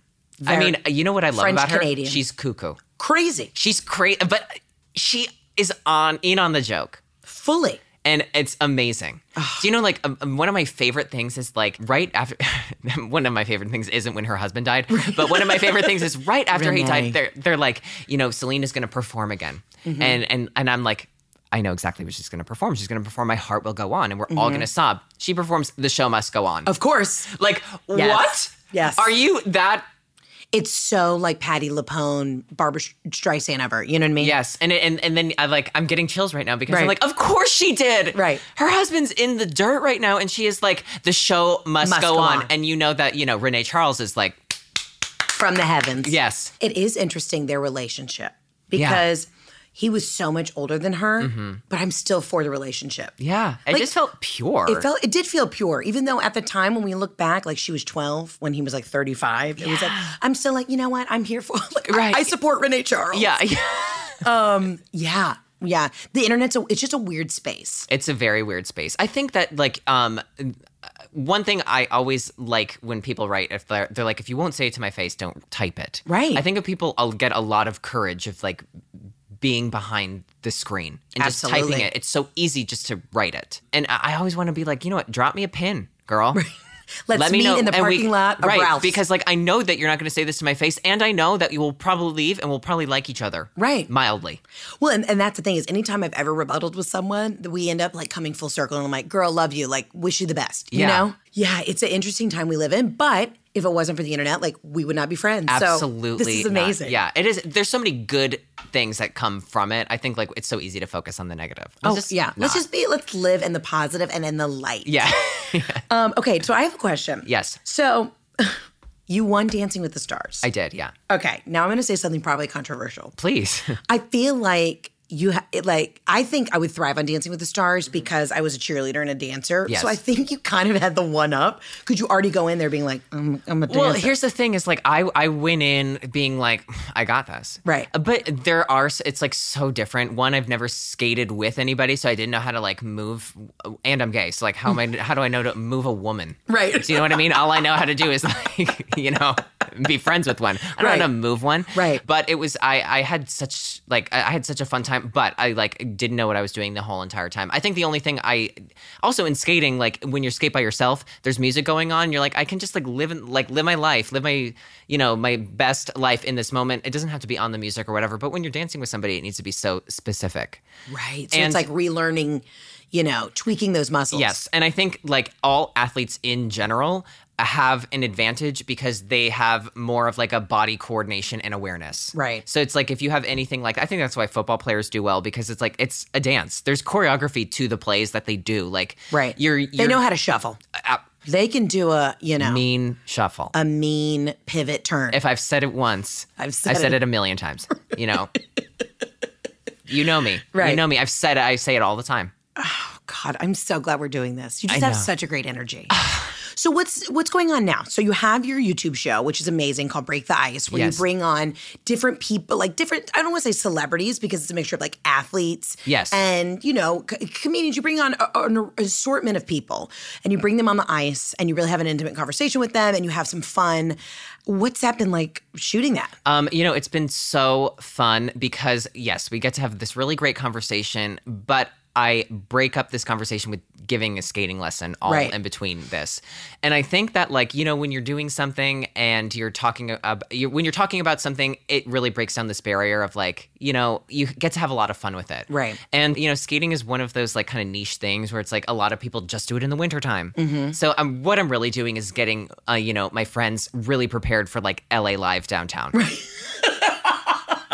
Speaker 3: I
Speaker 2: Very
Speaker 3: mean, you know what I love
Speaker 2: French
Speaker 3: about her?
Speaker 2: Canadian.
Speaker 3: She's cuckoo.
Speaker 2: crazy.
Speaker 3: She's crazy, but she is on in on the joke.
Speaker 2: Fully.
Speaker 3: and it's amazing. Do you know, like, um, um, one of my favorite things is like right after. one of my favorite things isn't when her husband died, but one of my favorite things is right after
Speaker 2: Renee.
Speaker 3: he
Speaker 2: Mm-hmm.
Speaker 3: died. They're they're like, you know, Selena's going to perform again, and and and I'm like. I know exactly what she's going to perform. She's going to perform My Heart Will Go On, and we're all going to sob. She performs The Show Must Go On.
Speaker 2: Mm-hmm. Of course.
Speaker 3: like,
Speaker 2: Yes.
Speaker 3: what?
Speaker 2: Yes.
Speaker 3: Are you that?
Speaker 2: It's so like Patty LaPone, Barbara Streisand ever. You know what I mean?
Speaker 3: Yes. And it- and and then I like I'm getting chills right now because I'm
Speaker 2: Right.
Speaker 3: like, of course she did.
Speaker 2: Right.
Speaker 3: Her husband's in the dirt right now, and she is like, the show must,
Speaker 2: Must
Speaker 3: go,
Speaker 2: go
Speaker 3: on.
Speaker 2: on.
Speaker 3: And you know that you know Renee Charles is like,
Speaker 2: From the heavens.
Speaker 3: yes,
Speaker 2: It is interesting their relationship because he was so much older than her, but I'm still for the relationship.
Speaker 3: Mm-hmm. yeah. It
Speaker 2: Like,
Speaker 3: just felt pure.
Speaker 2: It felt it did feel pure, even though at the time when we look back, like she was 12 when he was like 35. It was like I'm still like, you know what? I'm here for like I-
Speaker 3: Right.
Speaker 2: I, support Renee Charles.
Speaker 3: yeah.
Speaker 2: Yeah. Yeah. The internet's a, it's just a weird space.
Speaker 3: It's a very weird space. I think that like um one thing I always like when people write if they're, they're like if you won't say it to my face, don't type it.
Speaker 2: Right.
Speaker 3: I think if people I'll get a lot of courage of like being behind the screen and just
Speaker 2: Absolutely.
Speaker 3: typing it. It's so easy just to write it. And I I always want to be like, you know what? Drop me a pin, girl.
Speaker 2: Let's
Speaker 3: Let me
Speaker 2: meet
Speaker 3: know
Speaker 2: in the
Speaker 3: and we-
Speaker 2: parking lot of
Speaker 3: right,
Speaker 2: Ralph's.
Speaker 3: Because like I know that you're not going to say this to my face, and I know that you will probably leave, and we'll probably like each other,
Speaker 2: Right.
Speaker 3: Mildly.
Speaker 2: Well, and, and that's the thing is anytime I've ever rebutted with someone, that we end up like coming full circle and I'm like, girl, love you, like wish you the best. You
Speaker 3: Yeah.
Speaker 2: know? Yeah, it's an interesting time we live in, but if it wasn't for the internet, like we would not be friends. So,
Speaker 3: Absolutely.
Speaker 2: this is
Speaker 3: not.
Speaker 2: amazing.
Speaker 3: Yeah, it is. There's so many good things that come from it. I think like it's so easy to focus on the negative. Let's
Speaker 2: Oh,
Speaker 3: just
Speaker 2: yeah. Let's
Speaker 3: not.
Speaker 2: just be, let's live in the positive and in the light.
Speaker 3: yeah.
Speaker 2: Um, okay, so I have a question.
Speaker 3: yes,
Speaker 2: So you won Dancing with the Stars.
Speaker 3: I did. Yeah,
Speaker 2: okay, now I'm going to say something probably controversial.
Speaker 3: please.
Speaker 2: I feel like you ha- it, like I think I would thrive on Dancing with the Stars because I was a cheerleader and a dancer.
Speaker 3: Mm-hmm. Yes.
Speaker 2: So I think you kind of had the one up. Could you already go in there being like, I'm, I'm a dancer?
Speaker 3: Well, here's the thing: is like I I went in being like I got this,
Speaker 2: Right.
Speaker 3: But there are s- it's like so different. One, I've never skated with anybody, so I didn't know how to like move. And I'm gay, so like how am I? How do I know to move a woman?
Speaker 2: Right.
Speaker 3: Do you know what I mean? All I know how to do is like you know be friends with one. I don't know how to
Speaker 2: Right.
Speaker 3: move one.
Speaker 2: Right.
Speaker 3: But it was I I had such like I I had such a fun time, but I like didn't know what I was doing the whole entire time. I think the only thing I also in skating like when you skate by yourself, there's music going on. You're like I can just like live in like live my life, live my you know my best life in this moment. It doesn't have to be on the music or whatever. But when you're dancing with somebody, it needs to be so specific.
Speaker 2: right. So
Speaker 3: and-
Speaker 2: it's like relearning, you know, tweaking those muscles.
Speaker 3: Yes, and I think like all athletes in general have an advantage because they have more of like a body coordination and awareness.
Speaker 2: Right.
Speaker 3: So it's like if you have anything like I think that's why football players do well because it's like it's a dance. There's choreography to the plays that they do. Like
Speaker 2: Right.
Speaker 3: You're,
Speaker 2: they
Speaker 3: you're
Speaker 2: know how to shuffle. they can do a, you know,
Speaker 3: mean shuffle.
Speaker 2: a mean pivot turn.
Speaker 3: if I've said it once,
Speaker 2: I've said
Speaker 3: said
Speaker 2: it.
Speaker 3: it a million times. You know. you know me. You
Speaker 2: Right.
Speaker 3: know me. I've said it. I say it all the time.
Speaker 2: God, I'm so glad we're doing this. You just have such a great energy. so what's what's going on now? So you have your YouTube show, which is amazing, called Break the Ice, where
Speaker 3: Yes.
Speaker 2: you bring on different people, like different. I don't want to say celebrities because it's a mixture of like athletes,
Speaker 3: Yes.
Speaker 2: and you know c- comedians. You bring on a- an assortment of people, and you bring them on the ice, and you really have an intimate conversation with them, and you have some fun. What's that been like shooting that?
Speaker 3: Um, you know, it's been so fun because yes, we get to have this really great conversation, but I break up this conversation with giving a skating lesson all
Speaker 2: Right.
Speaker 3: in between this. And I think that like, you know, when you're doing something and you're talking about you when you're talking about something, it really breaks down this barrier of like, you know, you get to have a lot of fun with it.
Speaker 2: Right.
Speaker 3: And you know, skating is one of those like kind of niche things where it's like a lot of people just do it in the wintertime.
Speaker 2: Mm-hmm.
Speaker 3: So um, what I'm really doing is getting, uh, you know, my friends really prepared for like LA Live downtown.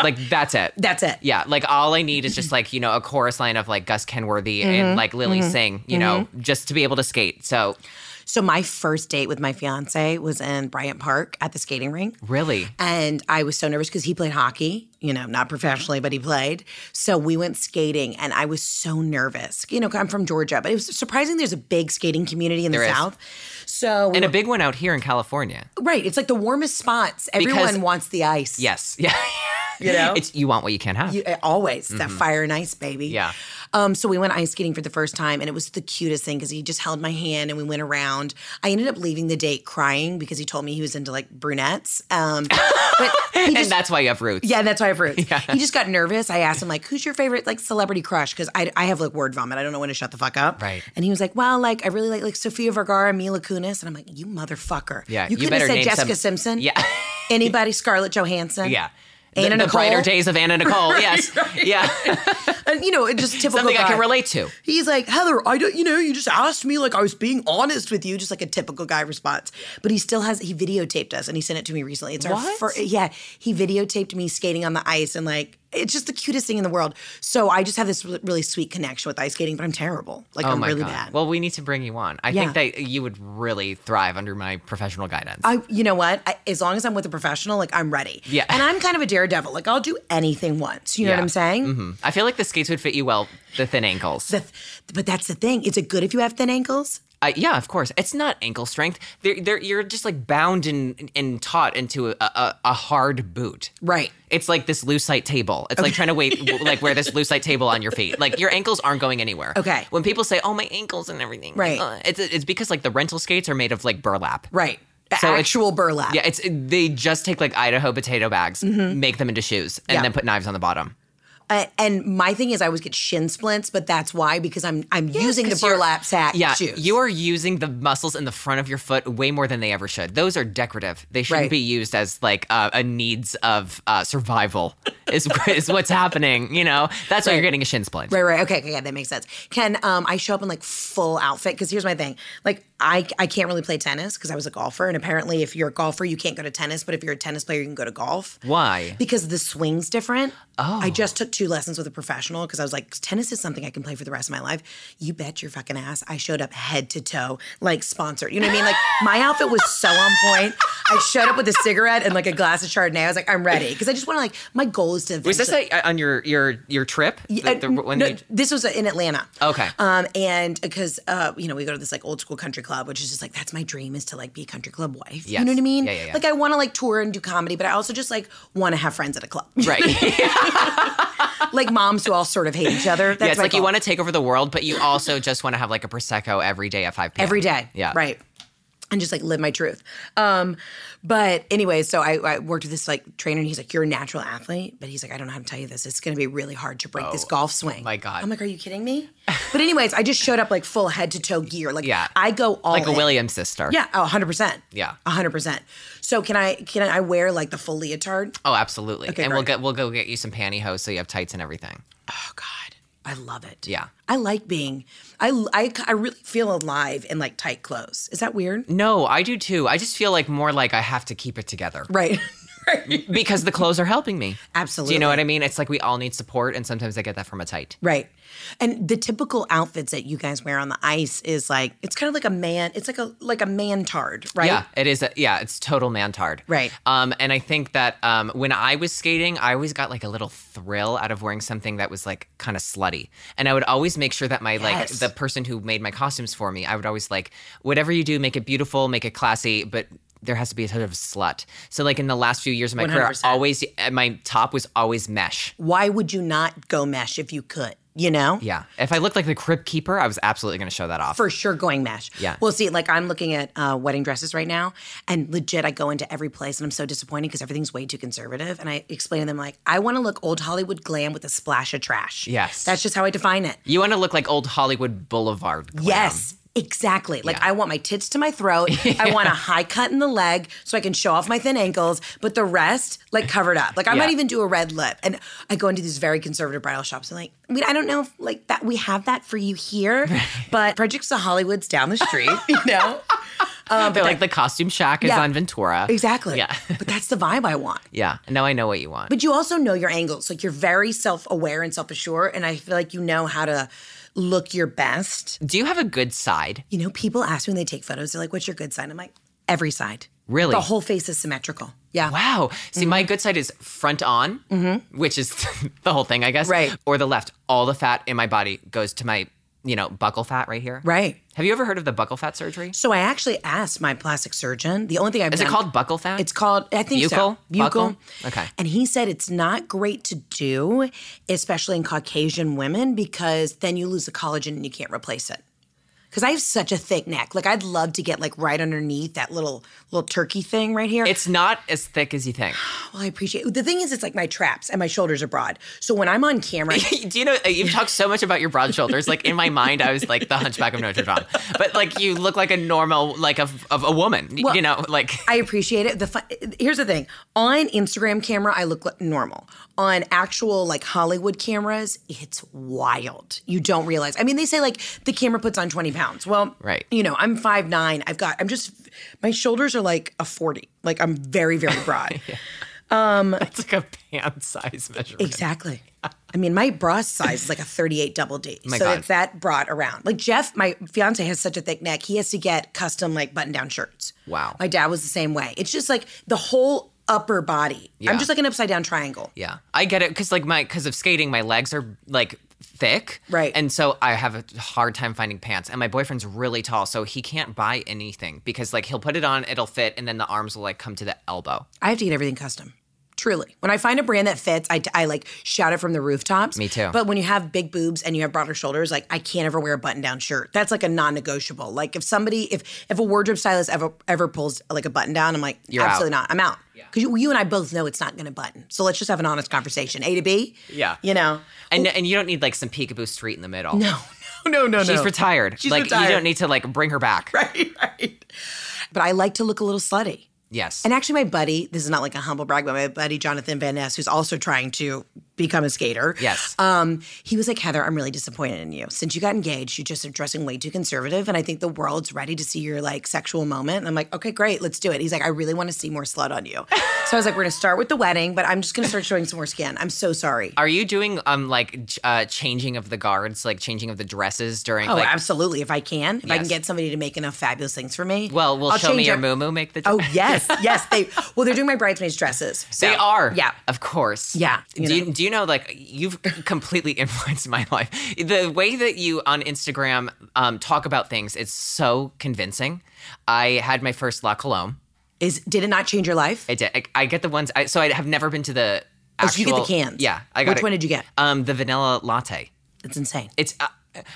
Speaker 3: Like that's it.
Speaker 2: That's it.
Speaker 3: Yeah. Like all I need is just like, you know, a chorus line of like Gus Kenworthy
Speaker 2: Mm-hmm.
Speaker 3: and like Lily Singh, you know, just to be able to skate. So
Speaker 2: So my first date with my fiance was in Bryant Park at the skating rink.
Speaker 3: really.
Speaker 2: And I was so nervous because he played hockey, you know, not professionally, but he played. So we went skating and I was so nervous. You know, I'm from Georgia, but it was surprising there's a big skating community in the
Speaker 3: There is.
Speaker 2: South. So, we
Speaker 3: And a
Speaker 2: were-
Speaker 3: big one out here in California.
Speaker 2: right, it's like the warmest spots. Everyone
Speaker 3: Because-
Speaker 2: wants the ice.
Speaker 3: Yes. Yeah.
Speaker 2: You know?
Speaker 3: It's you want what you can't have.
Speaker 2: You- uh, always that fire and ice, baby.
Speaker 3: Mm-hmm. Yeah.
Speaker 2: Um, so we went ice skating for the first time, and it was the cutest thing because he just held my hand and we went around. I ended up leaving the date crying because he told me he was into like brunettes. Um, but he
Speaker 3: and
Speaker 2: just,
Speaker 3: that's why you have roots.
Speaker 2: yeah, that's why I've roots. He just got nervous. I asked him like, "Who's your favorite like celebrity crush?" Because I, I have like word vomit. I don't know when to shut the fuck up.
Speaker 3: Right.
Speaker 2: And he was like, "Well, like I really like like Sofia Vergara, Mila Kunis," and I'm like, "You motherfucker!
Speaker 3: Yeah,
Speaker 2: you,
Speaker 3: you
Speaker 2: could have
Speaker 3: better
Speaker 2: said
Speaker 3: name
Speaker 2: Jessica
Speaker 3: some-
Speaker 2: Simpson.
Speaker 3: Yeah.
Speaker 2: anybody Scarlett Johansson.
Speaker 3: Yeah.
Speaker 2: Anna
Speaker 3: the, the brighter
Speaker 2: Nicole?
Speaker 3: days of Anna Nicole. yes. Yeah.
Speaker 2: and you know, it just typical.
Speaker 3: Something I can
Speaker 2: guy.
Speaker 3: relate to.
Speaker 2: He's like, Heather, I don't, you know, you just asked me like I was being honest with you, just like a typical guy response. But he still has, he videotaped us and he sent it to me recently. It's our
Speaker 3: What?
Speaker 2: first, yeah, he videotaped me skating on the ice and like, it's just the cutest thing in the world. So I just have this re- really sweet connection with ice skating, but I'm terrible. Like, I'm really bad.
Speaker 3: Oh Well, we need to bring you on. I
Speaker 2: Yeah.
Speaker 3: think that you would really thrive under my professional guidance.
Speaker 2: I, you know what? I, as long as I'm with a professional, like I'm ready.
Speaker 3: Yeah.
Speaker 2: And I'm kind of a daredevil. Like I'll do anything once. You know
Speaker 3: Yeah.
Speaker 2: what I'm saying?
Speaker 3: Mhm. I feel like the skates would fit you well, the thin ankles.
Speaker 2: The th- but that's the thing. Is it good if you have thin ankles?
Speaker 3: Uh, yeah, of course. It's not ankle strength. They're, they're, you're just like bound and, and taught into a, a, a hard boot.
Speaker 2: Right.
Speaker 3: It's like this lucite table. It's like trying to wait, w- like wear this lucite table on your feet. Like your ankles aren't going anywhere.
Speaker 2: Okay.
Speaker 3: When people say, "Oh, my ankles and everything,"
Speaker 2: Right.
Speaker 3: like, uh, it's it's because like the rental skates are made of like burlap.
Speaker 2: Right.
Speaker 3: So it's-
Speaker 2: Actual burlap.
Speaker 3: Yeah, it's they just take like Idaho potato bags, make them into shoes, and
Speaker 2: Mm-hmm. Yeah.
Speaker 3: then put knives on the bottom.
Speaker 2: Uh, and my thing is, I always get shin splints, but that's why because I'm I'm using the
Speaker 3: 'cause you're-
Speaker 2: burlap sack
Speaker 3: Yeah,
Speaker 2: shoes.
Speaker 3: you are using the muscles in the front of your foot way more than they ever should. Those are decorative. They shouldn't
Speaker 2: Right.
Speaker 3: be used as like uh, a needs of uh, survival. Is is what's happening? You know, that's why you're getting a shin splint.
Speaker 2: right, right. Okay, okay, yeah, that makes sense. Can um, I show up in like full outfit? Because here's my thing: like I I can't really play tennis because I was a golfer, and apparently, if you're a golfer, you can't go to tennis, but if you're a tennis player, you can go to golf.
Speaker 3: Why?
Speaker 2: Because the swing's different. Oh. I just took two lessons with a professional because I was like, tennis is something I can play for the rest of my life. You bet your fucking ass. I showed up head to toe, like sponsored. You know what I mean? Like my outfit was so on point. I showed up with a cigarette and like a glass of Chardonnay. I was like, I'm ready. Because I just want to like, my goal is to.
Speaker 3: Was this
Speaker 2: eventually-
Speaker 3: like, uh, on your your your trip?
Speaker 2: uh,
Speaker 3: The- the- when
Speaker 2: no,
Speaker 3: you-
Speaker 2: this was in Atlanta.
Speaker 3: Okay.
Speaker 2: Um, and because uh, you know, we go to this like old school country club, which is just like that's my dream is to like be a country club wife. You
Speaker 3: Yes.
Speaker 2: know what I mean?
Speaker 3: Yeah, yeah, yeah.
Speaker 2: Like I want to like tour and do comedy, but I also just like want to have friends at a club,
Speaker 3: right. yeah,
Speaker 2: like moms who all sort of hate each other. That's
Speaker 3: it's
Speaker 2: my
Speaker 3: like you
Speaker 2: goal.
Speaker 3: want to take over the world, but you also just want to have like a prosecco every day at five p.m.
Speaker 2: every day.
Speaker 3: Yeah.
Speaker 2: Right. And just like live my truth. Um, but anyway, so I, I worked with this like trainer and he's like, You're a natural athlete. But he's like, I don't know how to tell you this. It's gonna be really hard to break this golf swing.
Speaker 3: Oh my God.
Speaker 2: I'm like, Are you kidding me? but anyways, I just showed up like full head to toe gear. Like
Speaker 3: Yeah.
Speaker 2: I go all
Speaker 3: Like a
Speaker 2: in.
Speaker 3: Williams sister.
Speaker 2: Yeah, oh, 100%.
Speaker 3: Yeah.
Speaker 2: 100%. So can I can I wear like the full leotard?
Speaker 3: Oh, absolutely. and we'll
Speaker 2: great.
Speaker 3: get we'll go get you some pantyhose so you have tights and everything.
Speaker 2: Oh god, I love it.
Speaker 3: Yeah.
Speaker 2: I like being I I, I really feel alive in like tight clothes. Is that weird?
Speaker 3: No, I do too. I just feel like more like I have to keep it together.
Speaker 2: Right. right.
Speaker 3: Because the clothes are helping me.
Speaker 2: Absolutely.
Speaker 3: Do you know what I mean? It's like we all need support, and sometimes I get that from a tight.
Speaker 2: Right. And the typical outfits that you guys wear on the ice is like it's kind of like a man, it's like a like a mantard, right?
Speaker 3: Yeah, it is. A, yeah, it's total mantard.
Speaker 2: Right.
Speaker 3: Um, and I think that um, when I was skating, I always got like a little thrill out of wearing something that was like kind of slutty, and I would always make sure that my like
Speaker 2: Yes.
Speaker 3: the person who made my costumes for me, I would always like whatever you do, make it beautiful, make it classy, but. There has to be a touch of slut. So, like in the last few years of my career,
Speaker 2: 100%.
Speaker 3: always uh, my top was always mesh.
Speaker 2: Why would you not go mesh if you could, you know?
Speaker 3: Yeah. If I looked like the crib keeper, I was absolutely going to show that off.
Speaker 2: For sure going mesh.
Speaker 3: Yeah.
Speaker 2: Well, see, like I'm looking at uh, wedding dresses right now, and legit, I go into every place and I'm so disappointed because everything's way too conservative. And I explain to them, like, I want to look old Hollywood glam with a splash of trash.
Speaker 3: Yes.
Speaker 2: That's just how I define it.
Speaker 3: you want to look like old Hollywood Boulevard. Glam.
Speaker 2: Yes, exactly. Like I want my tits to my throat. I want a high cut in the leg so I can show off my thin ankles, but the rest like covered up. Like I might
Speaker 3: Yeah.
Speaker 2: even do a red lip. And I go into these very conservative bridal shops and like, I mean, I don't know if like that we have that for you here, but Projects of Hollywood's down the street, you know.
Speaker 3: Um, They're like the costume shack is
Speaker 2: Yeah.
Speaker 3: on Ventura.
Speaker 2: Exactly.
Speaker 3: Yeah.
Speaker 2: but that's the vibe I want.
Speaker 3: Yeah. Now I know what you want.
Speaker 2: But you also know your angles. Like you're very self aware and self assured. And I feel like you know how to look your best.
Speaker 3: Do you have a good side?
Speaker 2: You know, people ask me when they take photos, they're like, what's your good side? I'm like, every side.
Speaker 3: Really?
Speaker 2: The whole face is symmetrical. Yeah.
Speaker 3: Wow. See, my
Speaker 2: Mm-hmm.
Speaker 3: good side is front on, which is the whole thing, I guess.
Speaker 2: Right.
Speaker 3: Or the left. All the fat in my body goes to my, you know, buckle fat right here.
Speaker 2: Right.
Speaker 3: Have you ever heard of the buckle fat surgery?
Speaker 2: So I actually asked my plastic surgeon. The only thing I've
Speaker 3: Is it
Speaker 2: done-
Speaker 3: called buckle fat?
Speaker 2: It's called I think
Speaker 3: Buccal?
Speaker 2: so.
Speaker 3: Buccal? Okay.
Speaker 2: And he said it's not great to do, especially in Caucasian women, because then you lose the collagen and you can't replace it. Because I have such a thick neck. Like I'd love to get like right underneath that little little turkey thing right here.
Speaker 3: It's not as thick as you think.
Speaker 2: well, I appreciate the thing is it's like my traps and my shoulders are broad. So when I'm on camera,
Speaker 3: Do you know uh, you've talked so much about your broad shoulders? Like in my mind, I was like the Hunchback of Notre Dame, but like you look like a normal like of of a woman. y- you know, like
Speaker 2: I appreciate it. The fun, here's the thing: on Instagram camera, I look like normal. On actual like Hollywood cameras, it's wild. You don't realize. I mean, they say like the camera puts on 20 pounds. Well,
Speaker 3: Right.
Speaker 2: You know, I'm five nine. I've got. I'm just. My shoulders are like a 40. Like I'm very very broad.
Speaker 3: it's like a pant size measurement.
Speaker 2: Exactly. I mean, my bra size is like a 38 double D.
Speaker 3: My
Speaker 2: so
Speaker 3: God.
Speaker 2: it's that broad around. Like Jeff, my fiance has such a thick neck. He has to get custom like button down shirts.
Speaker 3: Wow.
Speaker 2: My dad was the same way. It's just like the whole upper body.
Speaker 3: Yeah.
Speaker 2: I'm just like an upside down triangle.
Speaker 3: Yeah, I get it because like my because of skating, my legs are like thick,
Speaker 2: Right.
Speaker 3: And so I have a hard time finding pants. And my boyfriend's really tall, so he can't buy anything because like he'll put it on, it'll fit, and then the arms will like come to the elbow.
Speaker 2: I have to get everything custom. Truly. When I find a brand that fits, I, I like shout it from the rooftops.
Speaker 3: Me too.
Speaker 2: But when you have big boobs and you have broader shoulders, like I can't ever wear a button down shirt. That's like a non negotiable. Like if somebody, if if a wardrobe stylist ever ever pulls like a button down, I'm like,
Speaker 3: You're out.
Speaker 2: absolutely not. I'm out. Because you, you and I both know it's not going to button. So let's just have an honest conversation. A to B.
Speaker 3: Yeah.
Speaker 2: You know?
Speaker 3: And and you don't need like some peekaboo street in the middle.
Speaker 2: No, no, no, no.
Speaker 3: She's retired.
Speaker 2: She's
Speaker 3: like you
Speaker 2: retired.
Speaker 3: don't need to like bring her back.
Speaker 2: Right, right. But I like to look a little slutty.
Speaker 3: Yes.
Speaker 2: And actually, my buddy, this is not like a humble brag, but my buddy Jonathan Van Ness, who's also trying to become a skater.
Speaker 3: Yes.
Speaker 2: Um, he was like, Heather, I'm really disappointed in you. Since you got engaged, you just are dressing way too conservative. And I think the world's ready to see your like sexual moment. And I'm like, okay, great, let's do it. He's like, I really want to see more slut on you. so I was like, we're gonna start with the wedding, but I'm just gonna start showing some more skin. I'm so sorry.
Speaker 3: Are you doing um like j- uh changing of the guards, like changing of the dresses during?
Speaker 2: Oh,
Speaker 3: like,
Speaker 2: absolutely. If I can, if I
Speaker 3: Yes.
Speaker 2: can get somebody to make enough fabulous things for me.
Speaker 3: Well, will
Speaker 2: I'll
Speaker 3: show me
Speaker 2: change
Speaker 3: your
Speaker 2: ev-
Speaker 3: moo moo make the.
Speaker 2: Oh yes, yes. They well, they're doing my bridesmaids dresses.
Speaker 3: They
Speaker 2: so-
Speaker 3: are.
Speaker 2: Yeah.
Speaker 3: Of course.
Speaker 2: Yeah, you
Speaker 3: do, you, do you know, like, you've completely influenced my life. The way that you on Instagram um, talk about things is so convincing. I had my first La Colombe.
Speaker 2: Is did it not change your life?
Speaker 3: I, did, I, I get the ones, I, so I have never been to the
Speaker 2: Oh,
Speaker 3: actual.
Speaker 2: so you get the cans.
Speaker 3: Yeah. I got
Speaker 2: Which
Speaker 3: it.
Speaker 2: one did you get?
Speaker 3: Um, the vanilla latte.
Speaker 2: It's insane.
Speaker 3: It's, uh,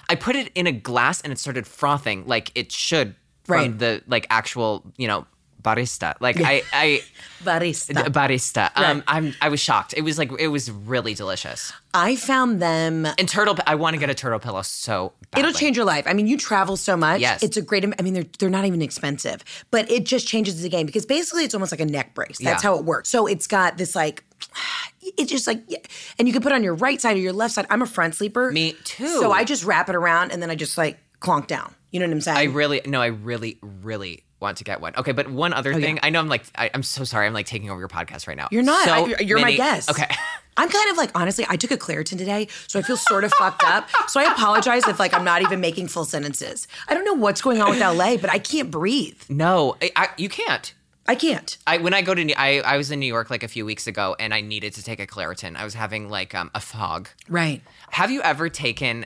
Speaker 3: I put it in a glass and it started frothing like it should from
Speaker 2: Right.
Speaker 3: the, like, actual, you know, barista. Like, I, I,
Speaker 2: Barista.
Speaker 3: barista. Um, I'm, I was shocked. It was like, it was really delicious.
Speaker 2: I found them.
Speaker 3: And turtle, I want to get a turtle pillow so badly.
Speaker 2: It'll change your life. I mean, you travel so much.
Speaker 3: Yes.
Speaker 2: It's a great. I mean, they're they're not even expensive, but it just changes the game because basically it's almost like a neck brace. That's
Speaker 3: Yeah.
Speaker 2: how it works. So it's got this like. It's just like, yeah, and you can put it on your right side or your left side. I'm a front sleeper.
Speaker 3: Me too.
Speaker 2: So I just wrap it around and then I just like clonk down. You know what I'm saying?
Speaker 3: I really, no, I really, really want to get one. Okay, but one other thing. I know I'm like, I, I'm so sorry. I'm like taking over your podcast right now.
Speaker 2: Oh, You're not.
Speaker 3: So
Speaker 2: I- you're my
Speaker 3: many-
Speaker 2: guest.
Speaker 3: Okay.
Speaker 2: I'm kind of like honestly, I took a Claritin today, so I feel sort of fucked up. So I apologize if like I'm not even making full sentences. I don't know what's going on with LA, but I can't breathe.
Speaker 3: No, I, I, you can't.
Speaker 2: I can't.
Speaker 3: I, when I go to, New- I, I was in New York like a few weeks ago and I needed to take a Claritin. I was having like um, a fog.
Speaker 2: Right.
Speaker 3: Have you ever taken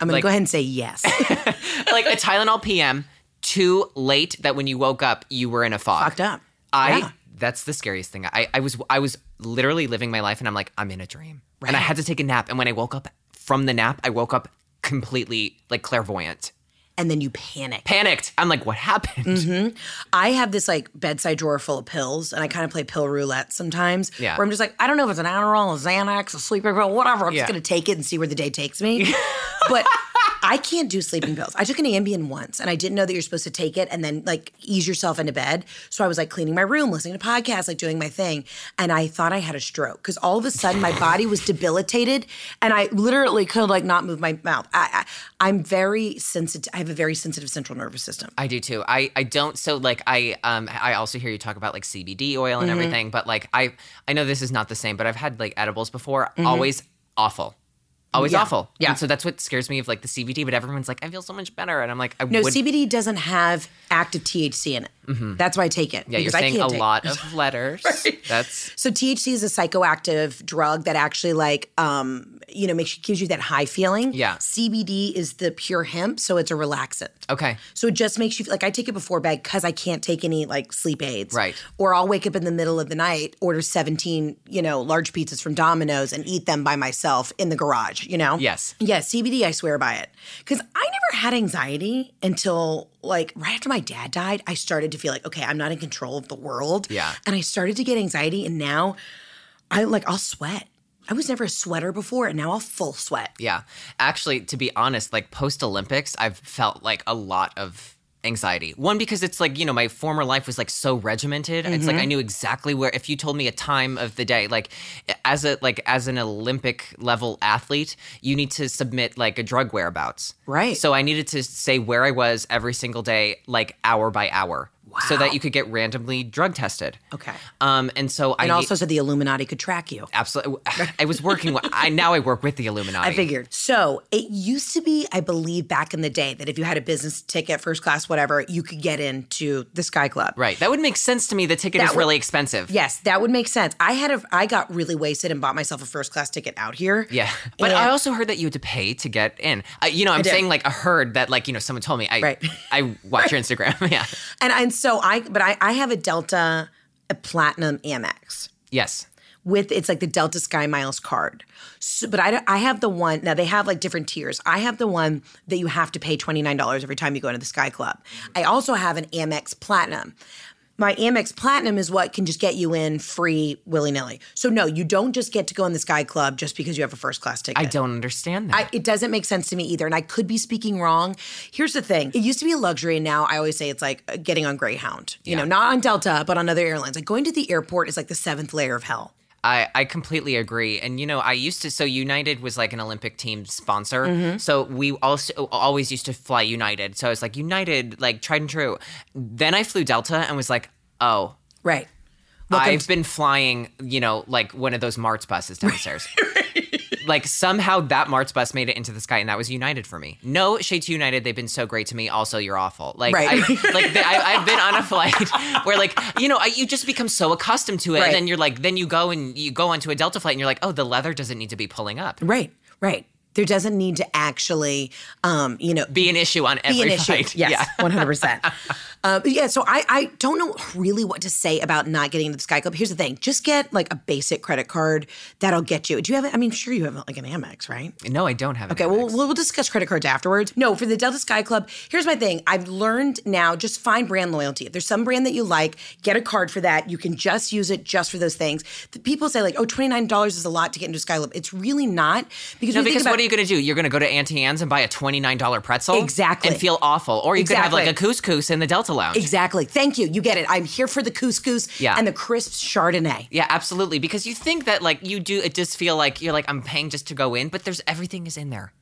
Speaker 2: I'm gonna
Speaker 3: like,
Speaker 2: go ahead and say yes.
Speaker 3: like a Tylenol PM too late that when you woke up, you were in a fog?
Speaker 2: Fucked up.
Speaker 3: I
Speaker 2: Yeah.
Speaker 3: that's the scariest thing. I, I was I was literally living my life and I'm like, I'm in a dream. And I had to take a nap. And when I woke up from the nap, I woke up completely like clairvoyant.
Speaker 2: and then you panic.
Speaker 3: Panicked. I'm like, what happened?
Speaker 2: Mm-hmm. I have this like bedside drawer full of pills, and I kind of play pill roulette sometimes.
Speaker 3: Yeah.
Speaker 2: Where I'm just like, I don't know if it's an Adderall, a Xanax, a sleeping pill, whatever. I'm
Speaker 3: Yeah.
Speaker 2: just gonna take it and see where the day takes me. but I can't do sleeping pills. I took an Ambien once, and I didn't know that you're supposed to take it and then like ease yourself into bed. So I was like cleaning my room, listening to podcasts, like doing my thing, and I thought I had a stroke because all of a sudden my body was debilitated, and I literally could like not move my mouth. I, I I'm very sensitive. I have have a very sensitive central nervous system.
Speaker 3: I do too. I, I don't so like I um I also hear you talk about like CBD oil
Speaker 2: Mm-hmm.
Speaker 3: and everything, but like I I know this is not the same, but I've had like edibles before, always awful. Always
Speaker 2: Mm-hmm. Yeah.
Speaker 3: awful.
Speaker 2: Yeah.
Speaker 3: And so that's what scares me of like the CBD, but everyone's like I feel so much better and I'm like I
Speaker 2: No,
Speaker 3: would
Speaker 2: CBD doesn't have active THC in it. That's why I take it.
Speaker 3: Mm-hmm. Yeah, you're
Speaker 2: because I
Speaker 3: saying a
Speaker 2: can't take-
Speaker 3: lot of letters. That's
Speaker 2: So THC is a psychoactive drug that actually like um you know makes gives you that high feeling.
Speaker 3: Yeah.
Speaker 2: CBD is the pure hemp, so it's a relaxant.
Speaker 3: okay.
Speaker 2: So it just makes you feel like I take it before bed because I can't take any like sleep aids.
Speaker 3: Right.
Speaker 2: Or I'll wake up in the middle of the night, order 17, you know, large pizzas from Domino's and eat them by myself in the garage, you know?
Speaker 3: Yes.
Speaker 2: Yeah, CBD, I swear by it. Because I never had anxiety until like right after my dad died, I started to feel like, okay, I'm not in control of the world.
Speaker 3: Yeah.
Speaker 2: And I started to get anxiety. And now I like, I'll sweat. I was never a sweater before, and now I'll full sweat.
Speaker 3: Yeah. Actually, to be honest, like post Olympics, I've felt like a lot of anxiety. One, because it's like, you know, my former life was like so regimented. It's
Speaker 2: Mm-hmm.
Speaker 3: like I knew exactly where if you told me a time of the day, like as a like as an Olympic level athlete, you need to submit like a drug whereabouts.
Speaker 2: Right.
Speaker 3: So I needed to say where I was every single day, like hour by hour. So that you could get randomly drug tested.
Speaker 2: Okay.
Speaker 3: Um, and so I
Speaker 2: And also, so the Illuminati could track you.
Speaker 3: absolutely I was working with I now I work with the Illuminati.
Speaker 2: I figured. So it used to be, I believe, back in the day that if you had a business ticket, first class, whatever, you could get into the Sky Club.
Speaker 3: Right. That would make sense to me. The ticket is
Speaker 2: would-
Speaker 3: really expensive.
Speaker 2: Yes, that would make sense. I had a, I got really wasted and bought myself a first class ticket out here.
Speaker 3: Yeah. But
Speaker 2: And-
Speaker 3: I also heard that you had to pay to get in. I, you know, I'm
Speaker 2: did.
Speaker 3: saying like a heard that like, you know, someone told me I
Speaker 2: Right.
Speaker 3: I watch your Instagram. yeah.
Speaker 2: and and so I, but I, I have a Delta, a Platinum Amex.
Speaker 3: Yes.
Speaker 2: with it's like the Delta Sky Miles card. So, but I, don't- I have the one now. They have like different tiers. I have the one that you have to pay twenty nine dollars every time you go into the Sky Club. I also have an Amex Platinum. My Amex Platinum is what can just get you in free willy nilly. So no, you don't just get to go in the Sky Club just because you have a first class ticket.
Speaker 3: I don't understand that.
Speaker 2: I, it doesn't make sense to me either. And I could be speaking wrong. Here's the thing it used to be a luxury. And now I always say it's like uh, getting on Greyhound, you know, not on Delta, but on other airlines. Like going to the airport is like the seventh layer of hell.
Speaker 3: I, I completely agree. And you know, I used to so United was like an Olympic team sponsor.
Speaker 2: Mm-hmm.
Speaker 3: So we also always used to fly United. So I was like United, like tried and true. Then I flew Delta and was like, oh,
Speaker 2: Right.
Speaker 3: I've been flying, you know, like one of those Martz buses downstairs. like somehow that Martz bus made it into the sky, and that was United for me. No shade to United; they've been so great to me. Also, you're awful. Like,
Speaker 2: Right.
Speaker 3: I, like they, I, I've been on a flight where, like, you know, I, you just become so accustomed to it,
Speaker 2: Right.
Speaker 3: and then you're like, then you go and you go onto a Delta flight, and you're like, oh, the leather doesn't need to be pulling up.
Speaker 2: Right. Right. There doesn't need to actually, um, you know,
Speaker 3: Be an issue on every
Speaker 2: be an
Speaker 3: flight.
Speaker 2: issue. Yes, one hundred percent. Uh, Yeah, so I I don't know really what to say about not getting into the Sky Club. Here's the thing: just get like a basic credit card that'll get you. Do you have? I mean, sure you have like an Amex, right?
Speaker 3: Yeah. No, I don't have.
Speaker 2: Okay, well, we'll we'll discuss credit cards afterwards. No, for the Delta Sky Club, here's my thing. I've learned now just find brand loyalty. If there's some brand that you like, get a card for that. You can just use it just for those things. The people say, like, oh, $29 is a lot to get into Sky Club. It's really not. Because,
Speaker 3: No,
Speaker 2: we think
Speaker 3: because
Speaker 2: about,
Speaker 3: what are you going to do? You're going to go to Auntie Anne's and buy a $29 pretzel?
Speaker 2: Exactly.
Speaker 3: And feel awful. Or you could have like a
Speaker 2: Exactly.
Speaker 3: couscous in the Delta Lounge.
Speaker 2: Exactly. Thank you. You get it. I'm here for the couscous
Speaker 3: Yeah.
Speaker 2: and the crisp Chardonnay.
Speaker 3: Yeah, absolutely. Because you think that like you do, it just feel like you're like I'm paying just to go in, but there's everything is in there.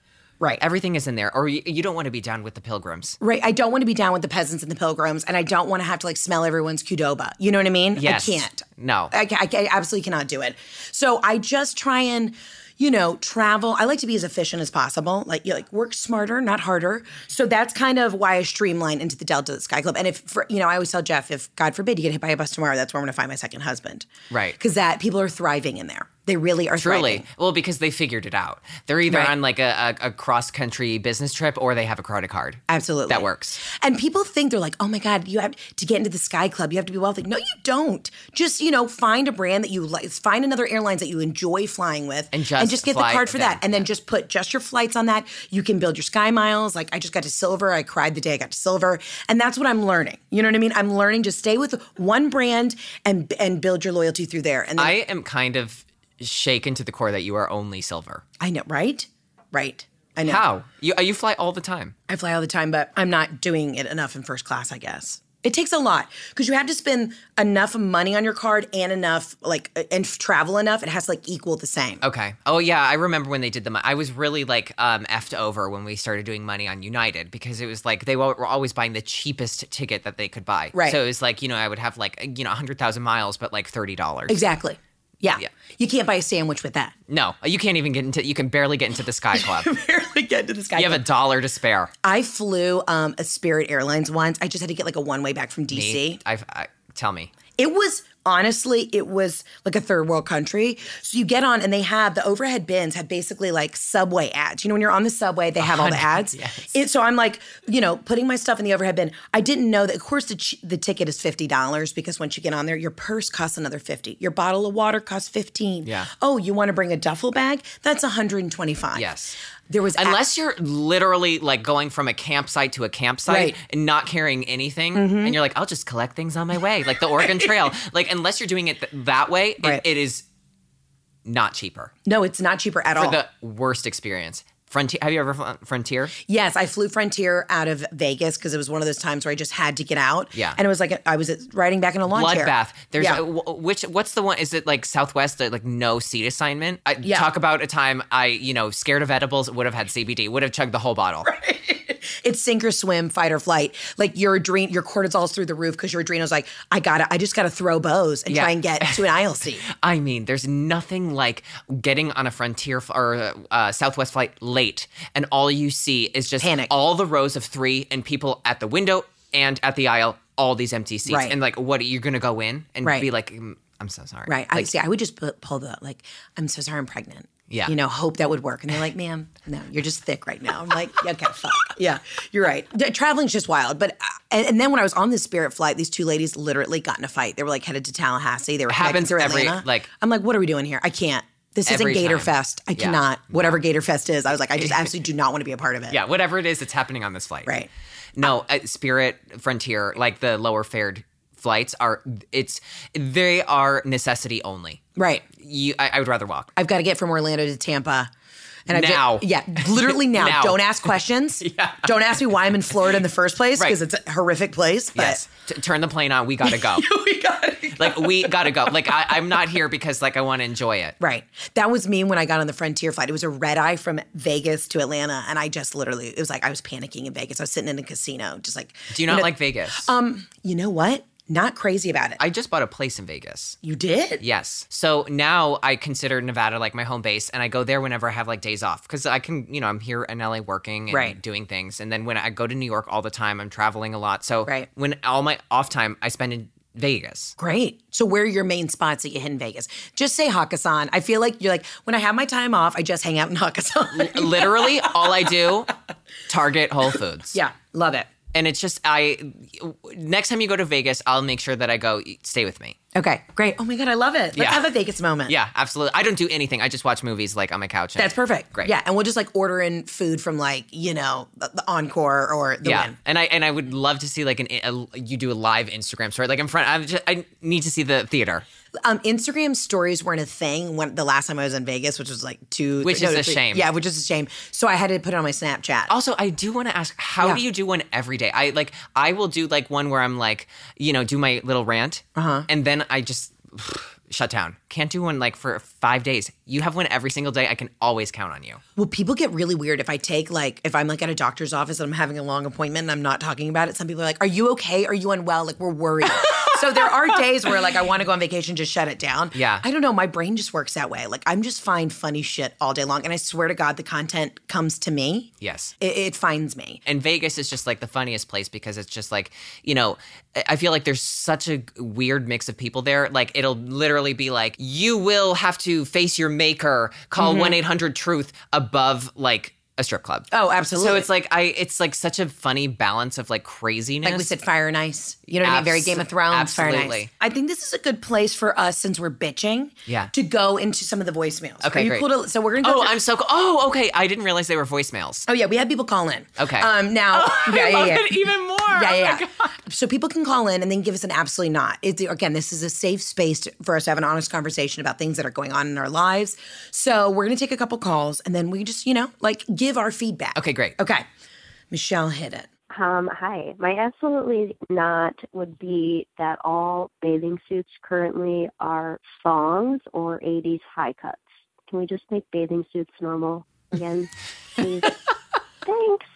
Speaker 2: Right.
Speaker 3: Everything is in there, or you, you don't want to be down with the pilgrims.
Speaker 2: Right. I don't want to be down with the peasants and the pilgrims, and I don't want to have to like smell everyone's Qdoba. You know what I mean?
Speaker 3: Yes.
Speaker 2: I can't.
Speaker 3: No.
Speaker 2: I, ca- I, ca- I absolutely cannot do it. So I just try and, you know, travel. I like to be as efficient as possible. Like, you like work smarter, not harder. So that's kind of why I streamline into the Delta Sky Club. And if, for, you know, I always tell Jeff, if God forbid you get hit by a bus tomorrow, that's where I'm going to find my second husband.
Speaker 3: Right.
Speaker 2: Because that people are thriving in there. They really are
Speaker 3: Really?
Speaker 2: thriving.
Speaker 3: Well, because they figured it out. They're either
Speaker 2: Right.
Speaker 3: on like a, a, a cross country business trip or they have a credit card.
Speaker 2: Absolutely.
Speaker 3: That works.
Speaker 2: And people think they're like, oh my God, you have to get into the Sky Club, you have to be wealthy. No, you don't. Just, you know, find a brand that you like, find another airlines that you enjoy flying with
Speaker 3: And just
Speaker 2: get the
Speaker 3: fly
Speaker 2: card for
Speaker 3: them.
Speaker 2: that. And then just put just your flights on that. You can build your Sky Miles. Like I just got to silver. I cried the day I got to silver. And that's what I'm learning. You know what I mean? I'm learning to stay with one brand and and build your loyalty through there. And then,
Speaker 3: I
Speaker 2: I,
Speaker 3: am kind of shaken to the core that you are only silver.
Speaker 2: know, right? Right. I know.
Speaker 3: How? You, you fly all the time.
Speaker 2: I fly all the time, but I'm not doing it enough in first class, I guess. It takes a lot because you have to spend enough money on your card and enough like uh, and f- travel enough. It has to like equal the same.
Speaker 3: Okay. Oh yeah, I remember when they did the. Mo- I was really like um, effed over when we started doing money on United because it was like they wa- were always buying the cheapest ticket that they could buy.
Speaker 2: Right.
Speaker 3: So it was like you know I would have like you know hundred thousand miles, but like thirty dollars.
Speaker 2: Exactly. Yeah.
Speaker 3: Yeah.
Speaker 2: You can't buy a sandwich with that.
Speaker 3: No, you can't even get into. You can barely get into the Sky Club. you
Speaker 2: Barely get to the sky.
Speaker 3: have a dollar to spare.
Speaker 2: I flew um, a Spirit Airlines once. I just had to get like a one way back from DC.
Speaker 3: I've, I tell me.
Speaker 2: It was honestly, it was like a third world country. So you get on, and they have the overhead bins have basically like subway ads. You know, when you're on the subway, they have all the ads. It, so I'm like, you know, putting my stuff in the overhead bin. I didn't know that. Of course, the ch- the ticket is fifty dollars because once you get on there, your purse costs another fifty. Your bottle of water costs fifteen.
Speaker 3: Yeah.
Speaker 2: Oh, you want to bring a duffel bag? That's one hundred and twenty five.
Speaker 3: Yes.
Speaker 2: There was a-
Speaker 3: Unless you're literally like going from a campsite to a campsite
Speaker 2: Right. Mm-hmm.
Speaker 3: and not carrying anything, and you're like, I'll just collect things on my way, like the Oregon Trail. Like, unless you're doing it th- that way, it-
Speaker 2: Right.
Speaker 3: it is not cheaper.
Speaker 2: no, it's not cheaper at all.
Speaker 3: The worst experience. Frontier. Have you ever flown Frontier?
Speaker 2: Yes, I flew Frontier out of Vegas because it was one of those times where I just had to get out.
Speaker 3: Yeah.
Speaker 2: and it was like I was riding back in a lawn chair.
Speaker 3: Bloodbath. There's
Speaker 2: Yeah.
Speaker 3: a- wh- which what's the one? Is it like Southwest? That like no seat assignment. I
Speaker 2: Yeah.
Speaker 3: talk about a time I you know scared of edibles would have had CBD would have chugged the whole bottle.
Speaker 2: It's sink or swim, fight or flight. Like your adren- your cortisol's through the roof because your adrenal's like, I gotta, I just gotta throw bows and
Speaker 3: Yeah.
Speaker 2: try and get to an aisle seat.
Speaker 3: I mean, there's nothing like getting on a Frontier f- or uh, Southwest flight late, and all you see is just
Speaker 2: Panic.
Speaker 3: all the rows of three and people at the window and at the aisle, all these empty seats,
Speaker 2: Right.
Speaker 3: and like, what you're gonna go in and
Speaker 2: Right.
Speaker 3: be like, "Mm, I'm so sorry,
Speaker 2: Right. I
Speaker 3: Like,
Speaker 2: see. I would just pu- pull the like, I'm so sorry, I'm pregnant.
Speaker 3: Yeah.
Speaker 2: You know, hope that would work. And they're like, ma'am, no, you're just thick right now. I'm like, okay, fuck. Yeah, you're right. The- traveling's just wild. But, uh, and, and then when I was on this spirit flight, these two ladies literally got in a fight. They were like headed to Tallahassee. They were
Speaker 3: Happens
Speaker 2: headed through
Speaker 3: every,
Speaker 2: Atlanta.
Speaker 3: like-
Speaker 2: I'm like, what are we doing here? I can't. This isn't
Speaker 3: Every
Speaker 2: Gator
Speaker 3: time.
Speaker 2: Fest. I
Speaker 3: Yeah.
Speaker 2: cannot. Whatever Gator Fest is, I was like, I just absolutely do not want to be a part of it.
Speaker 3: yeah, whatever it is that's happening on this flight,
Speaker 2: Right.
Speaker 3: No, uh, Spirit Frontier, like the lower fared flights are, it's they are necessity only.
Speaker 2: Right.
Speaker 3: You, I, I would rather walk.
Speaker 2: I've got to get from Orlando to Tampa. And I've
Speaker 3: Now.
Speaker 2: yeah, literally now.
Speaker 3: Now.
Speaker 2: Don't ask questions. Don't ask me why I'm in Florida in the first place
Speaker 3: Right.
Speaker 2: because it's a horrific place. But
Speaker 3: Yes. T- turn the plane on. We gotta go.
Speaker 2: we got it.
Speaker 3: like we gotta go. Like I, I'm not here because like I want to enjoy it.
Speaker 2: Right. That was me when I got on the Frontier flight. It was a red eye from Vegas to Atlanta. And I just literally, it was like I was panicking in Vegas. I was sitting in a casino, just like,
Speaker 3: Do you not like Vegas?
Speaker 2: Um, you know what? Not crazy about it.
Speaker 3: I just bought a place in Vegas.
Speaker 2: you did?
Speaker 3: Yes. So now I consider Nevada like my home base and I go there whenever I have like days off because I can, you know, I'm here in LA working and
Speaker 2: Right.
Speaker 3: doing things. And then when I go to New York all the time, I'm traveling a lot. So
Speaker 2: Right.
Speaker 3: when all my off time I spend in Vegas.
Speaker 2: Great. So where are your main spots that you hit in Vegas? Just say Hakkasan. I feel like you're like, when I have my time off, I just hang out in Hakkasan.
Speaker 3: Literally all I do, Target, Whole Foods.
Speaker 2: yeah. Love it.
Speaker 3: And it's just I next time you go to Vegas, I'll make sure that I go stay with me.
Speaker 2: Okay, great. Oh my God, I love it. Let's
Speaker 3: Yeah.
Speaker 2: have a Vegas moment.
Speaker 3: Yeah, absolutely. I don't do anything. I just watch movies like on my couch. and-
Speaker 2: That's perfect.
Speaker 3: Great.
Speaker 2: Yeah, and we'll just like order in food from like, you know, the, the Encore or the
Speaker 3: Yeah,
Speaker 2: Win.
Speaker 3: and I and I would love to see like an a, you do a live Instagram story like in front. I just I need to see the theater,
Speaker 2: Um, Instagram stories weren't a thing when the last time I was in Vegas, which was like two.
Speaker 3: Which
Speaker 2: no,
Speaker 3: is a
Speaker 2: three-
Speaker 3: shame.
Speaker 2: Yeah, which is a shame. So I had to put it on my Snapchat.
Speaker 3: Also, I do want to ask, how
Speaker 2: Yeah.
Speaker 3: do you do one every day? I like, I will do like one where I'm like, you know, do my little rant,
Speaker 2: Uh-huh.
Speaker 3: and then I just shut down. Can't do one like for five days. You have one every single day. I can always count on you.
Speaker 2: Well, people get really weird if I take like if I'm like at a doctor's office and I'm having a long appointment and I'm not talking about it. Some people are like, "Are you okay? Are you unwell?" Like we're worried. so there are days where like I want to go on vacation, just shut it down.
Speaker 3: Yeah.
Speaker 2: I don't know. My brain just works that way. Like I'm just find funny shit all day long, and I swear to God, the content comes to me.
Speaker 3: Yes.
Speaker 2: It, it finds me.
Speaker 3: And Vegas is just like the funniest place because it's just like, you know, I- I feel like there's such a g- weird mix of people there. Like, it'll literally be like, you will have to face your maker,
Speaker 2: Mm-hmm.
Speaker 3: call 1 800 Truth above like a strip club.
Speaker 2: Oh, absolutely.
Speaker 3: So it's like, I, it's like such a funny balance of like craziness.
Speaker 2: Like we said, fire and ice. You know what I mean? Very
Speaker 3: Abso-
Speaker 2: Game of Thrones, fire and ice.
Speaker 3: absolutely.
Speaker 2: I think this is a good place for us since we're bitching.
Speaker 3: Yeah.
Speaker 2: To go into some of the voicemails.
Speaker 3: Okay,
Speaker 2: Are you
Speaker 3: great.
Speaker 2: cool to- so we're gonna go.
Speaker 3: oh,
Speaker 2: through-
Speaker 3: I'm so, co- oh, okay. I didn't realize they were voicemails.
Speaker 2: Oh yeah, we had people call in.
Speaker 3: Okay.
Speaker 2: Um. Now. yeah, yeah,
Speaker 3: Oh, Love
Speaker 2: yeah.
Speaker 3: it even more.
Speaker 2: Yeah,
Speaker 3: Oh my
Speaker 2: yeah,
Speaker 3: God.
Speaker 2: yeah. So people can call in and then give us an absolutely not. It's, again, this is a safe space to, for us to have an honest conversation about things that are going on in our lives. So we're gonna take a couple calls and then we just, you know, like give our feedback.
Speaker 3: Okay, great.
Speaker 2: Okay. Michelle hit it.
Speaker 4: Um, hi. My absolutely not would be that all bathing suits currently are thongs or 80s high cuts. Can we just make bathing suits normal again? Please. Thanks.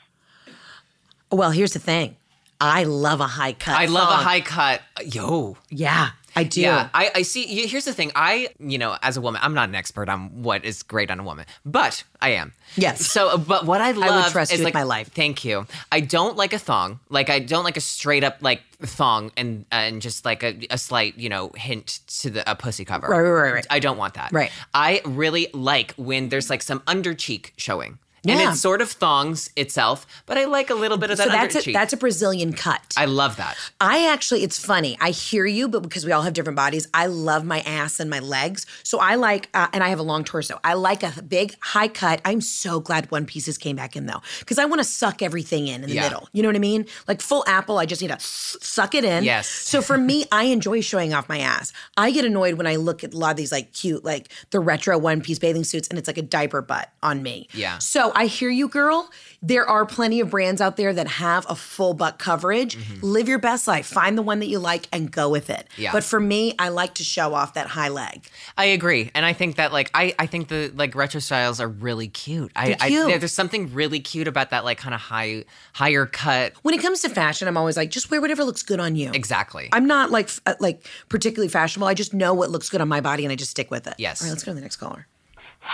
Speaker 2: Well, here's the thing. I love a high cut.
Speaker 3: I love
Speaker 2: thong.
Speaker 3: a high cut. Yo.
Speaker 2: Yeah, I do.
Speaker 3: Yeah, I, I see. y- Here's the thing. I, you know, as a woman, I'm not an expert on what is great on a woman, but I am.
Speaker 2: Yes.
Speaker 3: So, but what I love
Speaker 2: trust
Speaker 3: is
Speaker 2: you with my
Speaker 3: like
Speaker 2: life.
Speaker 3: Thank you. I don't like a thong. Like I don't like a straight up like thong and and just like a, a slight you know hint to the a pussy cover.
Speaker 2: Right, right, right, right.
Speaker 3: I don't want that.
Speaker 2: Right.
Speaker 3: I really like when there's like some under cheek showing. And
Speaker 2: Yeah.
Speaker 3: it's sort of thongs itself, but I like a little bit of that
Speaker 2: so that's a,
Speaker 3: undercheek.
Speaker 2: that's a Brazilian cut.
Speaker 3: I love that.
Speaker 2: I actually, it's funny. I hear you, but because we all have different bodies, I love my ass and my legs. So I like, uh, and I have a long torso. I like a big high cut. I'm so glad One Pieces came back in though, because I want to suck everything in in the
Speaker 3: Yeah.
Speaker 2: middle. You know what I mean? Like full apple, I just need to s- suck it in.
Speaker 3: Yes.
Speaker 2: So for me, I enjoy showing off my ass. I get annoyed when I look at a lot of these like cute, like the retro One Piece bathing suits, and it's like a diaper butt on me.
Speaker 3: Yeah.
Speaker 2: So I hear you, girl. There are plenty of brands out there that have a full butt coverage. Live your best life. Find the one that you like and go with it.
Speaker 3: Mm-hmm. Yeah.
Speaker 2: But for me, I like to show off that high leg.
Speaker 3: I agree, and I think that like I, I think the like retro styles are really cute. I,
Speaker 2: They're cute.
Speaker 3: I there- there's something really cute about that like kind of high higher cut.
Speaker 2: When it comes to fashion, I'm always like, just wear whatever looks good on you.
Speaker 3: Exactly.
Speaker 2: I'm not like f- uh, like particularly fashionable. I just know what looks good on my body and I just stick with it.
Speaker 3: Yes.
Speaker 2: All right, let's go to the next caller.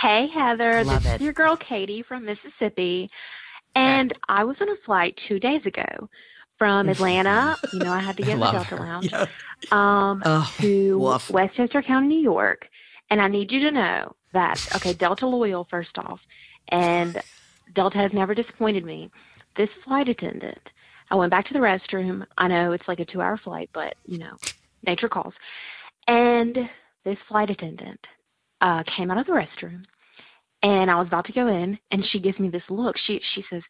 Speaker 5: Hey, Heather.
Speaker 2: Love
Speaker 5: this
Speaker 2: it.
Speaker 5: is your girl, Katie, from Mississippi. And I was on a flight two days ago from Atlanta. you know, I had to get in the
Speaker 3: love
Speaker 5: Delta
Speaker 3: her.
Speaker 5: Lounge um,
Speaker 2: Oh,
Speaker 5: to
Speaker 2: woof.
Speaker 5: Westchester County, New York. And I need you to know that, okay, Delta Loyal, first off, and Delta has never disappointed me. This flight attendant, I went back to the restroom. I know it's like a two hour flight, but, you know, nature calls. And this flight attendant uh, came out of the restroom and I was about to go in, and she gives me this look. She she says,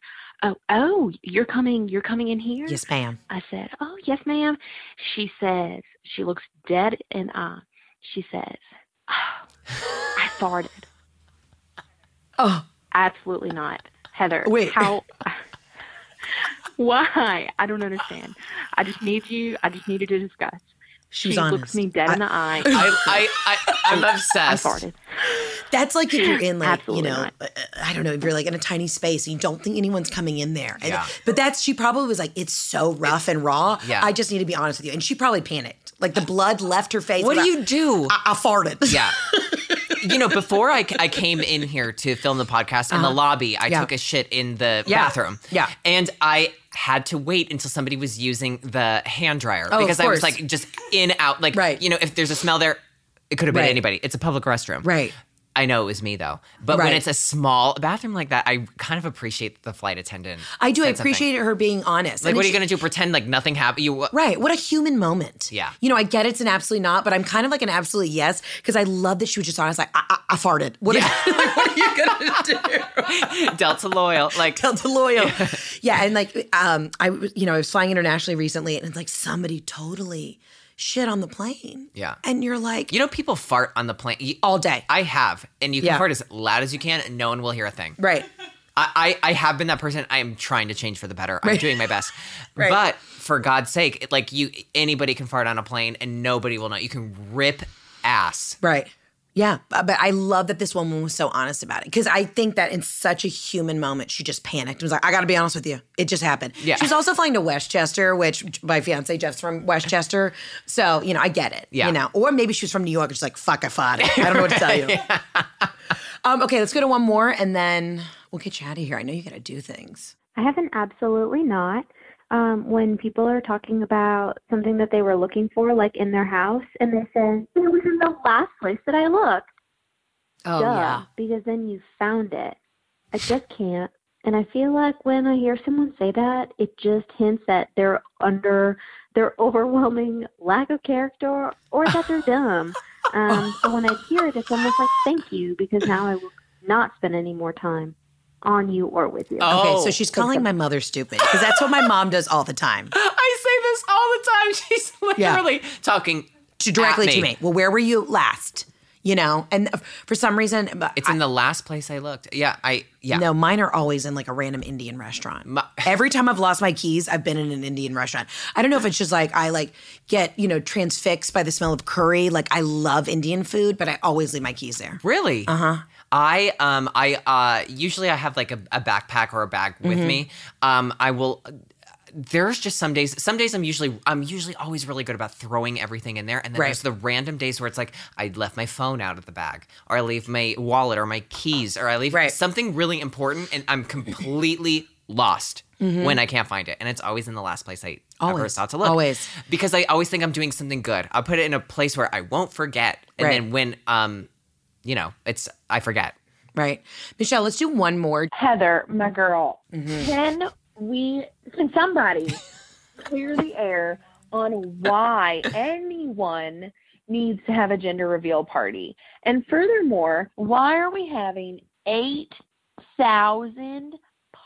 Speaker 5: "Oh, oh, you're coming, you're coming in here."
Speaker 2: Yes, ma'am.
Speaker 5: I said, "Oh, yes, ma'am." She says, she looks dead in eye. She says, oh, "I farted."
Speaker 2: Oh.
Speaker 5: absolutely not, Heather.
Speaker 2: Wait.
Speaker 5: how? why? I don't understand. I just need you. I just need you to discuss.
Speaker 2: She's
Speaker 5: she
Speaker 2: honest.
Speaker 5: looks me dead in the eye.
Speaker 3: I I, I I'm
Speaker 5: I
Speaker 3: obsessed.
Speaker 5: farted.
Speaker 2: That's like if you're in like
Speaker 5: Absolutely
Speaker 2: you know
Speaker 5: not.
Speaker 2: uh, I don't know if you're like in a tiny space and you don't think anyone's coming in there. And-
Speaker 3: Yeah.
Speaker 2: But that's she probably was like it's so rough and raw.
Speaker 3: Yeah.
Speaker 2: I just need to be honest with you. And she probably panicked. Like the blood left her face.
Speaker 3: What do
Speaker 2: But I-
Speaker 3: you do?
Speaker 2: I, I farted.
Speaker 3: yeah. You know, before I, I came in here to film the podcast in the lobby, I
Speaker 2: Uh-huh. Yeah.
Speaker 3: took a shit in the
Speaker 2: Yeah.
Speaker 3: bathroom.
Speaker 2: Yeah.
Speaker 3: And I had to wait until somebody was using the hand dryer
Speaker 2: Oh, of
Speaker 3: because I was
Speaker 2: course.
Speaker 3: like just in, out. Like,
Speaker 2: Right.
Speaker 3: you know, if there's a smell there, it could have been
Speaker 2: Right.
Speaker 3: anybody. It's a public restroom.
Speaker 2: Right.
Speaker 3: I know it was me though. But when
Speaker 2: Right.
Speaker 3: it's a small bathroom like that, I kind of appreciate the flight attendant.
Speaker 2: I do. I
Speaker 3: said something.
Speaker 2: appreciate her being honest.
Speaker 3: Like,
Speaker 2: And
Speaker 3: what are
Speaker 2: then
Speaker 3: you
Speaker 2: she-
Speaker 3: going to do? Pretend like nothing happened? You,
Speaker 2: Right. What a human moment.
Speaker 3: Yeah.
Speaker 2: You know, I get it's an absolutely not, but I'm kind of like an absolutely yes because I love that she was just honest. Like, I, I, I farted. What, are, like, what are you going to do?
Speaker 3: Delta Loyal. Like,
Speaker 2: Tell the lawyer. yeah, and like um, I, was- you know, I was flying internationally recently, and it's like somebody totally shit on the plane.
Speaker 3: Yeah.
Speaker 2: and you're like,
Speaker 3: you know, people fart on the plane. You-
Speaker 2: all day,
Speaker 3: I have, and you can
Speaker 2: Yeah.
Speaker 3: fart as loud as you can, and no one will hear a thing.
Speaker 2: right?
Speaker 3: I, I, I have been that person. I am trying to change for the better. I'm doing my best, but for God's sake, it, like you, anybody can fart on a plane, and nobody will know. You can rip ass.
Speaker 2: Right. Yeah, bu- but I love that this woman was so honest about it because I think that in such a human moment, she just panicked and was like, "I got to be honest with you, it just happened."
Speaker 3: Yeah.
Speaker 2: She was also flying to Westchester, which my fiance Jeff's from Westchester, so you know I get it.
Speaker 3: Yeah.
Speaker 2: You know, or maybe she was from New York and she's like, "Fuck, I fought it." I don't know what to tell you. um, okay, let's go to one more and then we'll get you out of here. I know you got to do things.
Speaker 4: I have an absolutely not. Um, when people are talking about something that they were looking for, like in their house, and they say, it was in the last place that I looked.
Speaker 2: Oh
Speaker 4: Duh, because then you found it. I just can't. And I feel like when I hear someone say that, it just hints that they're under their overwhelming lack of character or that they're dumb. Um, so when I hear it, it's almost like, thank you, because now I will not spend any more time on you or with you.
Speaker 3: Oh.
Speaker 2: Okay, so she's calling my mother stupid because that's what my mom does all the time.
Speaker 3: I say this all the time. She's
Speaker 2: Yeah.
Speaker 3: literally talking
Speaker 2: She directly
Speaker 3: at
Speaker 2: to me. Well, where were you last? you know? And uh, for some reason, but
Speaker 3: It's in the last place I looked. Yeah, I yeah.
Speaker 2: No, mine are always in like a random Indian restaurant. Every time I've lost my keys, I've been in an Indian restaurant. I don't know if it's just like I like get, you know, transfixed by the smell of curry. Like I love Indian food, but I always leave my keys there.
Speaker 3: Really? Uh-huh. I um I uh usually I have like a, a backpack or a bag with
Speaker 2: Mm-hmm.
Speaker 3: me. Um I will there's just some days some days I'm usually I'm usually always really good about throwing everything in there and then
Speaker 2: Right.
Speaker 3: there's the random days where it's like I left my phone out of the bag or I leave my wallet or my keys or I leave
Speaker 2: Right.
Speaker 3: something really important and I'm completely lost when I can't find it and it's always in the last place I ever
Speaker 2: Mm-hmm. Always.
Speaker 3: thought to look
Speaker 2: Always.
Speaker 3: because I always think I'm doing something good. I'll put it in a place where I won't forget and
Speaker 2: Right.
Speaker 3: then when um you know, it's I forget.
Speaker 2: Right. Michelle, let's do one more.
Speaker 5: Heather, my girl, can we, can somebody clear the air on why anyone needs to have a gender reveal party? And furthermore, why are we having 8,000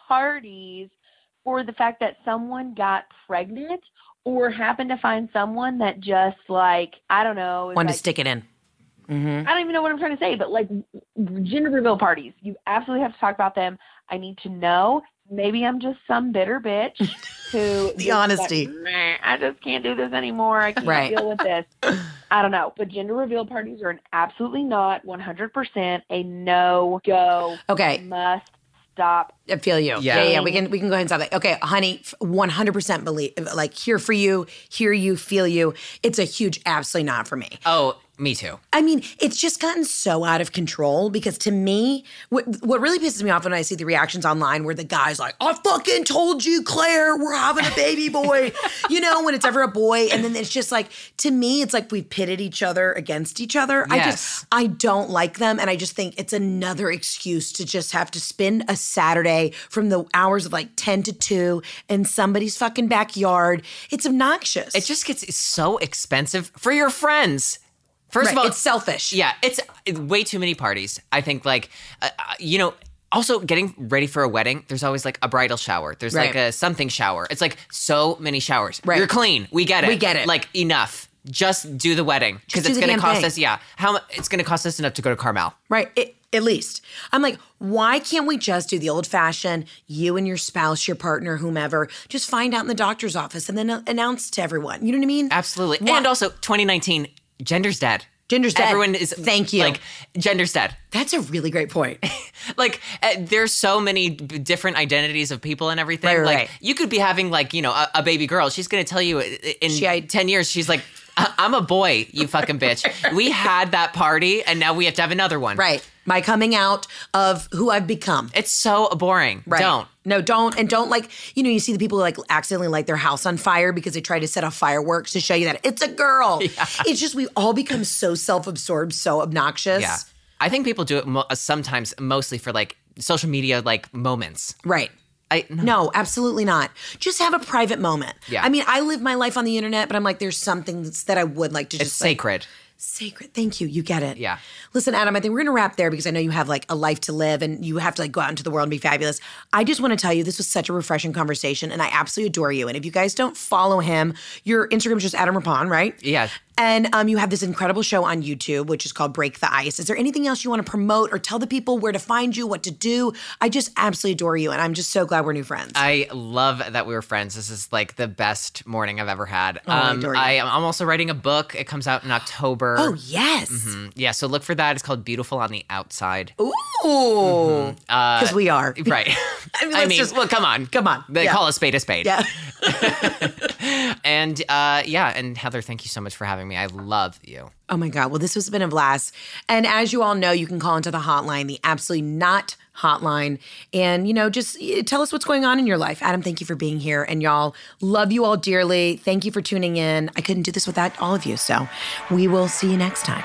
Speaker 5: parties for the fact that someone got pregnant or happened to find someone that just like, I don't know, is
Speaker 2: One to
Speaker 5: like,
Speaker 2: stick it in. Mm-hmm.
Speaker 5: I don't even know what I'm trying to say, but like gender reveal parties, you absolutely have to talk about them. I need to know. Maybe I'm just some bitter bitch who
Speaker 2: The
Speaker 5: just
Speaker 2: honesty.
Speaker 5: like, "Meh, I just can't do this anymore. I can't
Speaker 2: Right.
Speaker 5: deal with this. I don't know, but gender reveal parties are an absolutely not 100% a no go.
Speaker 2: Okay.
Speaker 5: must stop.
Speaker 2: I feel you.
Speaker 3: Yeah.
Speaker 2: yeah, We can we can go ahead and stop that. Okay, honey, one hundred percent believe like here for you, hear you, feel you. It's a huge absolutely not for me.
Speaker 3: Oh, me too.
Speaker 2: I mean, it's just gotten so out of control because to me, what, what really pisses me off when I see the reactions online where the guy's like, I fucking told you, Claire, we're having a baby boy, you know, when it's ever a boy. And then it's just like, to me, it's like we've pitted each other against each other. I
Speaker 3: Yes.
Speaker 2: just, I don't like them. And I just think it's another excuse to just have to spend a Saturday from the hours of like 10 to 2 in somebody's fucking backyard. It's obnoxious.
Speaker 3: It just gets so expensive for your friends. First
Speaker 2: Right,
Speaker 3: of all,
Speaker 2: it's selfish.
Speaker 3: Yeah, it's way too many parties. I think like uh, uh, you know. Also, getting ready for a wedding, there's always like a bridal shower. There's like
Speaker 2: Right.
Speaker 3: a something shower. It's like so many showers.
Speaker 2: Right.
Speaker 3: You're clean. We get it.
Speaker 2: We get it.
Speaker 3: Like enough. Just do the wedding
Speaker 2: Just
Speaker 3: because
Speaker 2: do
Speaker 3: it's
Speaker 2: the
Speaker 3: going to
Speaker 2: damn
Speaker 3: cost
Speaker 2: thing.
Speaker 3: us. Yeah, how mu- it's going to cost us enough to go to Carmel.
Speaker 2: Right. It, at least. I'm like, why can't we just do the old fashioned, you and your spouse, your partner, whomever, just find out in the doctor's office and then uh, announce to everyone? You know what I mean?
Speaker 3: Absolutely.
Speaker 2: Why-
Speaker 3: And also, 2019, gender's dead.
Speaker 2: Gender's dead.
Speaker 3: Everyone is
Speaker 2: Thank you.
Speaker 3: Like gender's dead.
Speaker 2: That's a really great point.
Speaker 3: like uh, there's so many b- different identities of people and everything.
Speaker 2: Right, right,
Speaker 3: like
Speaker 2: right.
Speaker 3: you could be having like you know a, a baby girl. She's gonna tell you i- i- in
Speaker 2: She i-
Speaker 3: ten years. She's like, "I- I'm a boy. You fucking bitch. We had that party and now we have to have another one.
Speaker 2: right. My coming out of who I've become.
Speaker 3: It's so boring.
Speaker 2: Right.
Speaker 3: Don't.
Speaker 2: No, don't. And don't like, you know, you see the people who like accidentally light their house on fire because they try to set off fireworks to show you that it's a girl. It's just we all become so self absorbed, so obnoxious.
Speaker 3: Yeah. I think people do it mo- uh, sometimes, mostly for like social media like moments.
Speaker 2: Right.
Speaker 3: I no.
Speaker 2: No, absolutely not. Just have a private moment.
Speaker 3: Yeah.
Speaker 2: I mean, I live my life on the internet, but I'm like, there's some things that I would like to just
Speaker 3: It's
Speaker 2: like-
Speaker 3: sacred.
Speaker 2: sacred. Thank you. You get it.
Speaker 3: Yeah.
Speaker 2: Listen, Adam, I think we're gonna wrap there because I know you have like a life to live and you have to like go out into the world and be fabulous. I just want to tell you this was such a refreshing conversation, and I absolutely adore you. And if you guys don't follow him, your Instagram is just Adam Rapon, right?
Speaker 3: Yeah.
Speaker 2: And um, you have this incredible show on YouTube, which is called Break the Ice. Is there anything else you want to promote or tell the people where to find you, what to do? I just absolutely adore you, and I'm just so glad we're new friends.
Speaker 3: I love that we were friends. This is like the best morning I've ever had.
Speaker 2: Oh, I
Speaker 3: um,
Speaker 2: adore you.
Speaker 3: I, I'm also writing a book. It comes out in October. Mm-hmm.
Speaker 2: Oh yes.
Speaker 3: Yeah, so look for that. It's called Beautiful on the Outside.
Speaker 2: Ooh. Because we are.
Speaker 3: Mm-hmm. Uh, Right. I
Speaker 2: mean,
Speaker 3: mean,
Speaker 2: let's just-
Speaker 3: well, come on.
Speaker 2: Come on.
Speaker 3: They
Speaker 2: Yeah.
Speaker 3: call a spade a spade.
Speaker 2: Yeah.
Speaker 3: And uh, yeah, and Heather, thank you so much for having me. I love you.
Speaker 2: Oh my God. Well, this has been a blast. And as you all know, you can call into the hotline, the absolutely not hotline. And, you know, just eh, tell us what's going on in your life. Adam, thank you for being here. And y'all, love you all dearly. Thank you for tuning in. I couldn't do this without all of you. So we will see you next time.